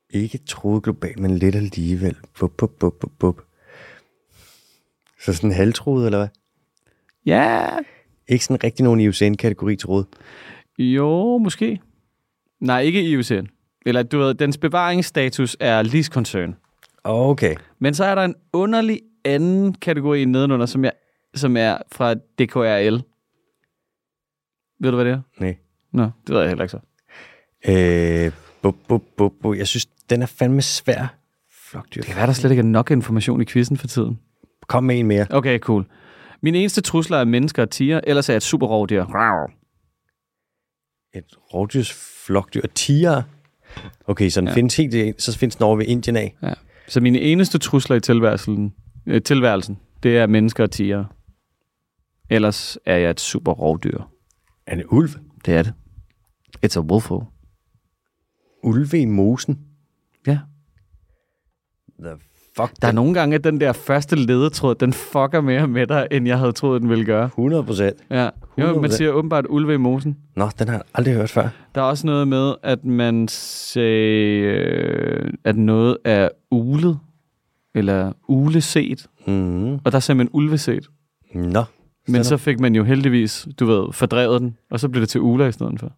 [SPEAKER 1] Ikke troet globalt, men lidt alligevel. Bup, bup, bup, bup, bup. Så sådan halvtroet, eller hvad?
[SPEAKER 2] Ja.
[SPEAKER 1] Ikke sådan rigtig nogen IUCN-kategori troet.
[SPEAKER 2] Jo, måske. Nej, ikke IUCN. Eller du ved, dens bevaringsstatus er least concern.
[SPEAKER 1] Okay.
[SPEAKER 2] Men så er der en underlig anden kategori nedenunder, som, jeg, som er fra DKRL. Ved du, hvad det er?
[SPEAKER 1] Nej.
[SPEAKER 2] Nå, det ved jeg heller ikke så.
[SPEAKER 1] Øh, bup, bup, bup, bup. Jeg synes, den er fandme svær. Flokdyr.
[SPEAKER 2] Det kan være, der slet ikke er nok information i quizzen for tiden.
[SPEAKER 1] Kom med en mere.
[SPEAKER 2] Okay, cool. Min eneste trusler er mennesker og tiger, ellers er jeg et super rovdyr.
[SPEAKER 1] Et rovdyrs flokdyr. Tiger. Okay, så den ja. findes helt i, så findes den over ved Indien af.
[SPEAKER 2] Ja. Så mine eneste trusler i tilværelsen, øh, tilværelsen, det er mennesker og tiger. Ellers er jeg et super rovdyr.
[SPEAKER 1] Er det ulv?
[SPEAKER 2] Det er det. It's a wolfo.
[SPEAKER 1] Ulve i mosen.
[SPEAKER 2] Ja.
[SPEAKER 1] The fuck,
[SPEAKER 2] Der er
[SPEAKER 1] den-
[SPEAKER 2] nogle gange, at den der første ledetråd, den fucker mere med dig, end jeg havde troet, den ville gøre.
[SPEAKER 1] 100 procent.
[SPEAKER 2] Ja. Jo, man
[SPEAKER 1] 100%.
[SPEAKER 2] siger åbenbart ulve i mosen.
[SPEAKER 1] Nå, den har jeg aldrig hørt før.
[SPEAKER 2] Der er også noget med, at man sagde, øh, at noget er ulet, eller uleset,
[SPEAKER 1] Mm.
[SPEAKER 2] og der sagde man ulveset.
[SPEAKER 1] Nå.
[SPEAKER 2] Men så fik man jo heldigvis, du ved, fordrevet den, og så blev det til uler i stedet for.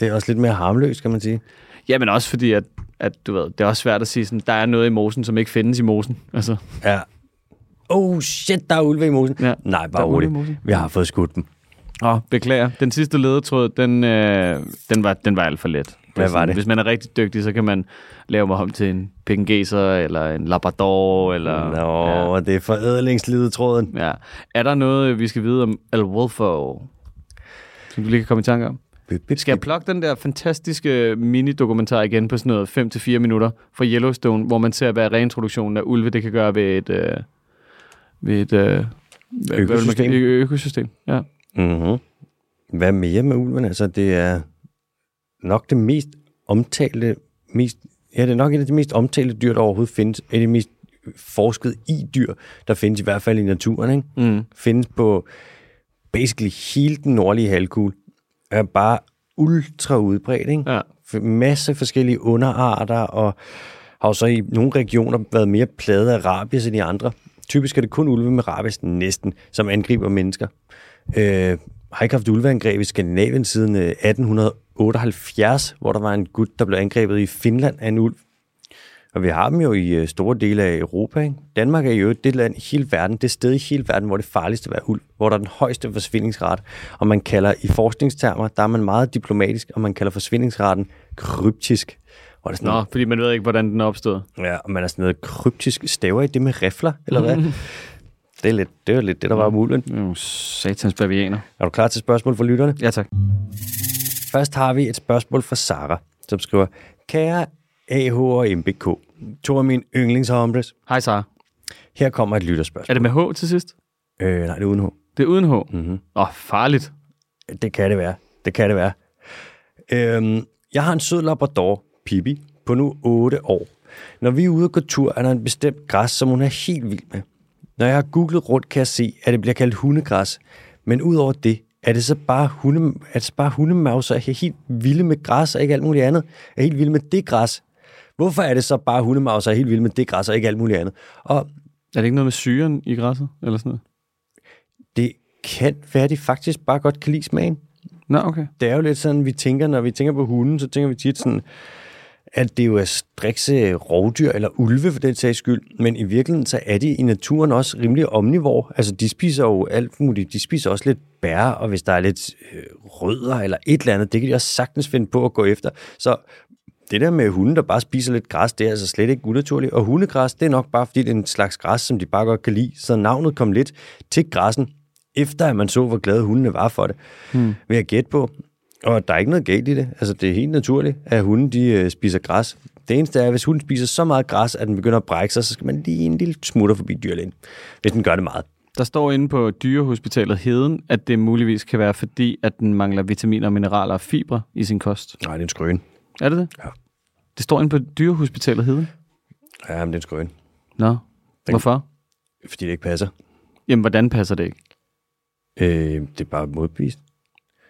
[SPEAKER 1] Det er også lidt mere harmløst, kan man sige.
[SPEAKER 2] Ja, men også fordi, at, at du ved, det er også svært at sige, sådan, der er noget i mosen, som ikke findes i mosen. Altså,
[SPEAKER 1] Ja. oh shit, der er ulve i mosen.
[SPEAKER 2] Ja,
[SPEAKER 1] Ja, Nej,
[SPEAKER 2] der
[SPEAKER 1] bare
[SPEAKER 2] er ulve i
[SPEAKER 1] roligt.
[SPEAKER 2] mosen.
[SPEAKER 1] Vi har fået skudt dem.
[SPEAKER 2] Åh, beklager. Den sidste ledetråd, den, øh, den, var, den var alt for let. Det er
[SPEAKER 1] Hvad var det?
[SPEAKER 2] Hvis man er rigtig dygtig, så kan man lave mig om til en pekingeser, eller en labrador, eller...
[SPEAKER 1] Nå, ja. det er forædlingsledetråden.
[SPEAKER 2] Ja. ja. Er der noget, vi skal vide om El Wolfo? Som du lige kan komme i tanke om?
[SPEAKER 1] Bip, bip,
[SPEAKER 2] Skal jeg
[SPEAKER 1] bip.
[SPEAKER 2] plukke den der fantastiske mini-dokumentar igen på sådan noget 5-4 minutter fra Yellowstone, hvor man ser, hvad reintroduktionen af ulve, det kan gøre ved et... Øh, ved et øh, hvad- hvad vil man-
[SPEAKER 1] Økosystem.
[SPEAKER 2] ø- økosystem, ja.
[SPEAKER 1] Mm-hmm. Hvad mere med ulven? Altså, det er nok det mest omtalte, mest, ja, det er nok et af de mest omtalte dyr, der overhovedet findes. Et af de mest forsket i dyr, der findes i hvert fald i naturen, ikke?
[SPEAKER 2] Mm.
[SPEAKER 1] findes på basically hele den nordlige halvkugle, er bare ultra udbredt. Ikke?
[SPEAKER 2] Ja.
[SPEAKER 1] F- Masse forskellige underarter, og har jo så i nogle regioner været mere plaget af rabies end i andre. Typisk er det kun ulve med rabies, næsten, som angriber mennesker. Øh, har ikke haft ulveangreb i Skandinavien siden øh, 1878, hvor der var en gut, der blev angrebet i Finland af en ulv. Og vi har dem jo i øh, store dele af Europa. Ikke? Danmark er jo det land i hele verden, det sted i hele verden, hvor det er farligst at være ulv, hvor der er den højeste forsvindingsrate. Og man kalder i forskningstermer, der er man meget diplomatisk, og man kalder forsvindingsraten kryptisk. Og det er sådan,
[SPEAKER 2] Nå, fordi man ved ikke, hvordan den opstod.
[SPEAKER 1] Ja, og man er sådan noget kryptisk staver i det med rifler, eller hvad? det, er lidt, det var lidt det, der var muligt.
[SPEAKER 2] Jo, satans bavianer.
[SPEAKER 1] Er du klar til spørgsmål fra lytterne?
[SPEAKER 2] Ja, tak.
[SPEAKER 1] Først har vi et spørgsmål fra Sara, som skriver, Kære AH og MBK, to af mine yndlingshombres,
[SPEAKER 2] Hej, Sara.
[SPEAKER 1] her kommer et lytterspørgsmål.
[SPEAKER 2] Er det med H til sidst?
[SPEAKER 1] Øh, nej, det er uden H.
[SPEAKER 2] Det er uden H. Åh, mm-hmm. oh, farligt.
[SPEAKER 1] Det kan det være. Det kan det være. Øhm, jeg har en sød Labrador, Pippi, på nu 8 år. Når vi er ude og gå tur, er der en bestemt græs, som hun er helt vild med. Når jeg har googlet rundt, kan jeg se, at det bliver kaldt hundegræs. Men udover det, er det så bare, hunde, er det så bare hundemauser, er helt vilde med græs og ikke alt muligt andet? Er helt vilde med det græs? Hvorfor er det så bare hundemauser, er helt vilde med det græs og ikke alt muligt andet? Og
[SPEAKER 2] Er det ikke noget med syren i græsset, eller sådan noget?
[SPEAKER 1] det kan være, at de faktisk bare godt kan lide smagen.
[SPEAKER 2] Nå, okay.
[SPEAKER 1] det er jo lidt sådan, vi tænker, når vi tænker på hunden, så tænker vi tit sådan, at det jo er strikse rovdyr eller ulve for den sags skyld, men i virkeligheden så er de i naturen også rimelig omnivore. Altså de spiser jo alt muligt. De spiser også lidt bær, og hvis der er lidt øh, rødder eller et eller andet, det kan de også sagtens finde på at gå efter. Så det der med hunden, der bare spiser lidt græs, det er altså slet ikke unaturligt. Og hundegræs, det er nok bare fordi, det er en slags græs, som de bare godt kan lide. Så navnet kom lidt til græssen, efter at man så, hvor glade hundene var for det, hmm. ved at gætte på. Og der er ikke noget galt i det. Altså, det er helt naturligt, at hunden de, øh, spiser græs. Det eneste er, at hvis hunden spiser så meget græs, at den begynder at brække sig, så skal man lige en lille smutter forbi dyrlægen, hvis den gør det meget.
[SPEAKER 2] Der står inde på dyrehospitalet Heden, at det muligvis kan være fordi, at den mangler vitaminer, mineraler og fibre i sin kost.
[SPEAKER 1] Nej, det er en skrøne.
[SPEAKER 2] Er det det?
[SPEAKER 1] Ja.
[SPEAKER 2] Det står inde på dyrehospitalet Heden?
[SPEAKER 1] Ja, men det er en skrøne,
[SPEAKER 2] Nå, hvorfor?
[SPEAKER 1] fordi det ikke passer.
[SPEAKER 2] Jamen, hvordan passer det ikke?
[SPEAKER 1] Øh, det er bare modbevist.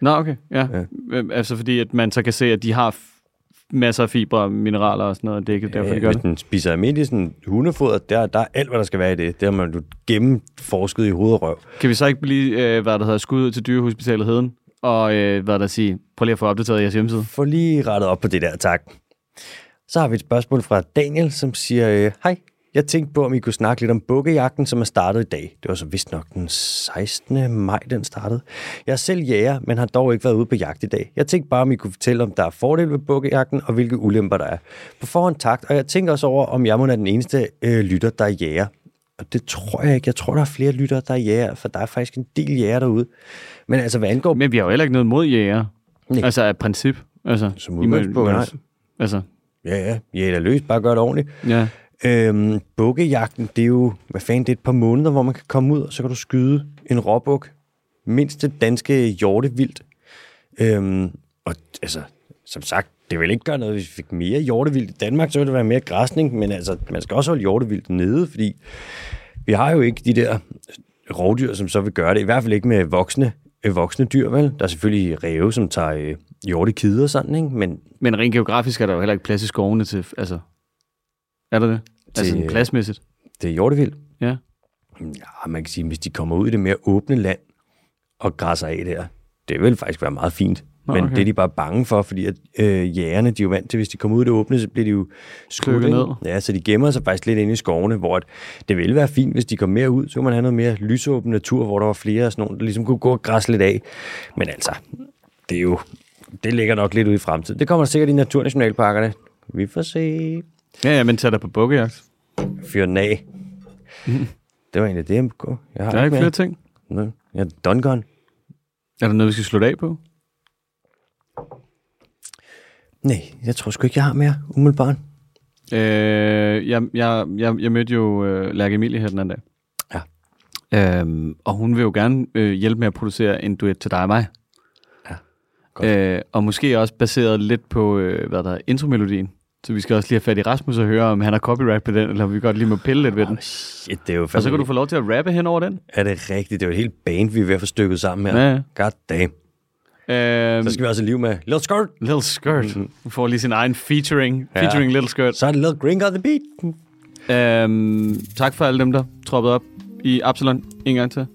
[SPEAKER 2] Nå, okay, ja. ja. Altså fordi, at man så kan se, at de har f- masser af fibre, mineraler og sådan noget, og det er ikke derfor, de
[SPEAKER 1] Øh,
[SPEAKER 2] gør
[SPEAKER 1] hvis
[SPEAKER 2] det.
[SPEAKER 1] den spiser almindelig sådan hundefoder, der, der er alt, hvad der skal være i det. Det har man jo gennemforsket i hoved og røv.
[SPEAKER 2] Kan vi så ikke blive, øh, hvad der hedder, skudt ud til dyrehospitalet Heden? Og øh, hvad der sige, prøv lige at få opdateret jeres hjemmeside.
[SPEAKER 1] få lige rettet op på det der, tak. Så har vi et spørgsmål fra Daniel, som siger, øh, hej, jeg tænkte på, om I kunne snakke lidt om bukkejagten, som er startet i dag. Det var så vist nok den 16. maj, den startede. Jeg er selv jæger, men har dog ikke været ude på jagt i dag. Jeg tænkte bare, om I kunne fortælle, om der er fordele ved bukkejagten, og hvilke ulemper der er. På forhånd tak, og jeg tænker også over, om jeg må er den eneste øh, lytter, der er jæger. Og det tror jeg ikke. Jeg tror, der er flere lyttere, der er jæger, for der er faktisk en del jæger derude. Men altså, hvad angår
[SPEAKER 2] Men vi har jo heller ikke noget mod jæger.
[SPEAKER 1] Nej.
[SPEAKER 2] Altså af princip. Altså,
[SPEAKER 1] Som
[SPEAKER 2] I må-
[SPEAKER 1] udgangspunkt,
[SPEAKER 2] må-
[SPEAKER 1] nej.
[SPEAKER 2] Altså,
[SPEAKER 1] Ja, ja. Ja, da løs. Bare gør det ordentligt.
[SPEAKER 2] ja.
[SPEAKER 1] Øhm, bukkejagten, det er jo, hvad fanden, det er et par måneder, hvor man kan komme ud, og så kan du skyde en råbuk. Mindst det danske hjortevildt. Øhm, og altså, som sagt, det vil ikke gøre noget, hvis vi fik mere hjortevildt i Danmark, så ville det være mere græsning, men altså, man skal også holde hjortevildt nede, fordi vi har jo ikke de der rovdyr, som så vil gøre det. I hvert fald ikke med voksne, øh, voksne dyr, vel? Der er selvfølgelig ræve, som tager øh, hjortekider og sådan, ikke? Men
[SPEAKER 2] Men rent geografisk er der jo heller ikke plads i skovene til, altså, er der det? Altså
[SPEAKER 1] Til- øh,
[SPEAKER 2] sådan pladsmæssigt,
[SPEAKER 1] det er hjortevildt.
[SPEAKER 2] ja.
[SPEAKER 1] Ja, man kan sige, hvis de kommer ud i det mere åbne land og græsser af der, det vil faktisk være meget fint.
[SPEAKER 2] Nå,
[SPEAKER 1] Men
[SPEAKER 2] okay.
[SPEAKER 1] det er de bare bange for, fordi at, øh, jægerne, de er jo vant til, hvis de kommer ud i det åbne, så bliver de jo skudt.
[SPEAKER 2] Stykket
[SPEAKER 1] ikke?
[SPEAKER 2] ned.
[SPEAKER 1] Ja, så de gemmer sig faktisk lidt inde i skovene, hvor at det ville være fint, hvis de kom mere ud, så kunne man have noget mere lysåben natur, hvor der var flere og sådan nogle, der ligesom kunne gå og græsse lidt af. Men altså, det er jo, det ligger nok lidt ude i fremtiden. Det kommer sikkert i naturnationalparkerne. Vi får se.
[SPEAKER 2] Ja, ja, men tag dig på bukkejagt.
[SPEAKER 1] Fyr den af. Det var egentlig det, MK. jeg har
[SPEAKER 2] Der er ikke flere
[SPEAKER 1] mere.
[SPEAKER 2] ting.
[SPEAKER 1] Nå, Jeg er done gone.
[SPEAKER 2] Er der noget, vi skal slutte af på?
[SPEAKER 1] Nej, jeg tror sgu ikke, jeg har mere umiddelbart.
[SPEAKER 2] Øh, jeg, jeg, jeg, jeg mødte jo øh, Lærke Emilie her den anden dag.
[SPEAKER 1] Ja.
[SPEAKER 2] Øhm, og hun vil jo gerne øh, hjælpe med at producere en duet til dig og mig.
[SPEAKER 1] Ja, godt.
[SPEAKER 2] Øh, og måske også baseret lidt på, øh, hvad der er, intromelodien. Så vi skal også lige have fat i Rasmus og høre, om han har copyright på den, eller om vi godt lige må pille lidt ved den.
[SPEAKER 1] Shit, det er jo
[SPEAKER 2] Og så kan
[SPEAKER 1] fandme-
[SPEAKER 2] du få lov til at rappe hen over den.
[SPEAKER 1] Er det rigtigt? Det er jo et helt band, vi er ved at få stykket sammen her.
[SPEAKER 2] Ja, ja.
[SPEAKER 1] God damn.
[SPEAKER 2] Øhm,
[SPEAKER 1] Så skal vi også i liv med Little Skirt.
[SPEAKER 2] Little Skirt. Hun får lige sin egen featuring.
[SPEAKER 1] Ja.
[SPEAKER 2] Featuring Little Skirt.
[SPEAKER 1] Så er det Little Gringo on the Beat.
[SPEAKER 2] Øhm, tak for alle dem, der troppede op i Absalon en gang til.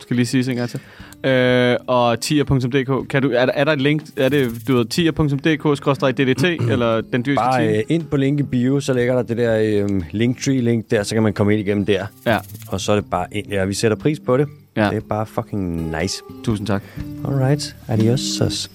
[SPEAKER 2] Skal lige siges en gang til. Øh, og tier.dk. Kan du, er, der- er der et link? Er det du ved, tier.dk-ddt eller den dyreste tier?
[SPEAKER 1] Bare øh, ind på link i bio, så ligger der det der øh, Linktree-link der, så kan man komme ind igennem der.
[SPEAKER 2] Ja,
[SPEAKER 1] Og så er det bare ind. Ja, vi sætter pris på det.
[SPEAKER 2] Ja.
[SPEAKER 1] Det er bare fucking nice.
[SPEAKER 2] tusind tak.
[SPEAKER 1] Alright, adios.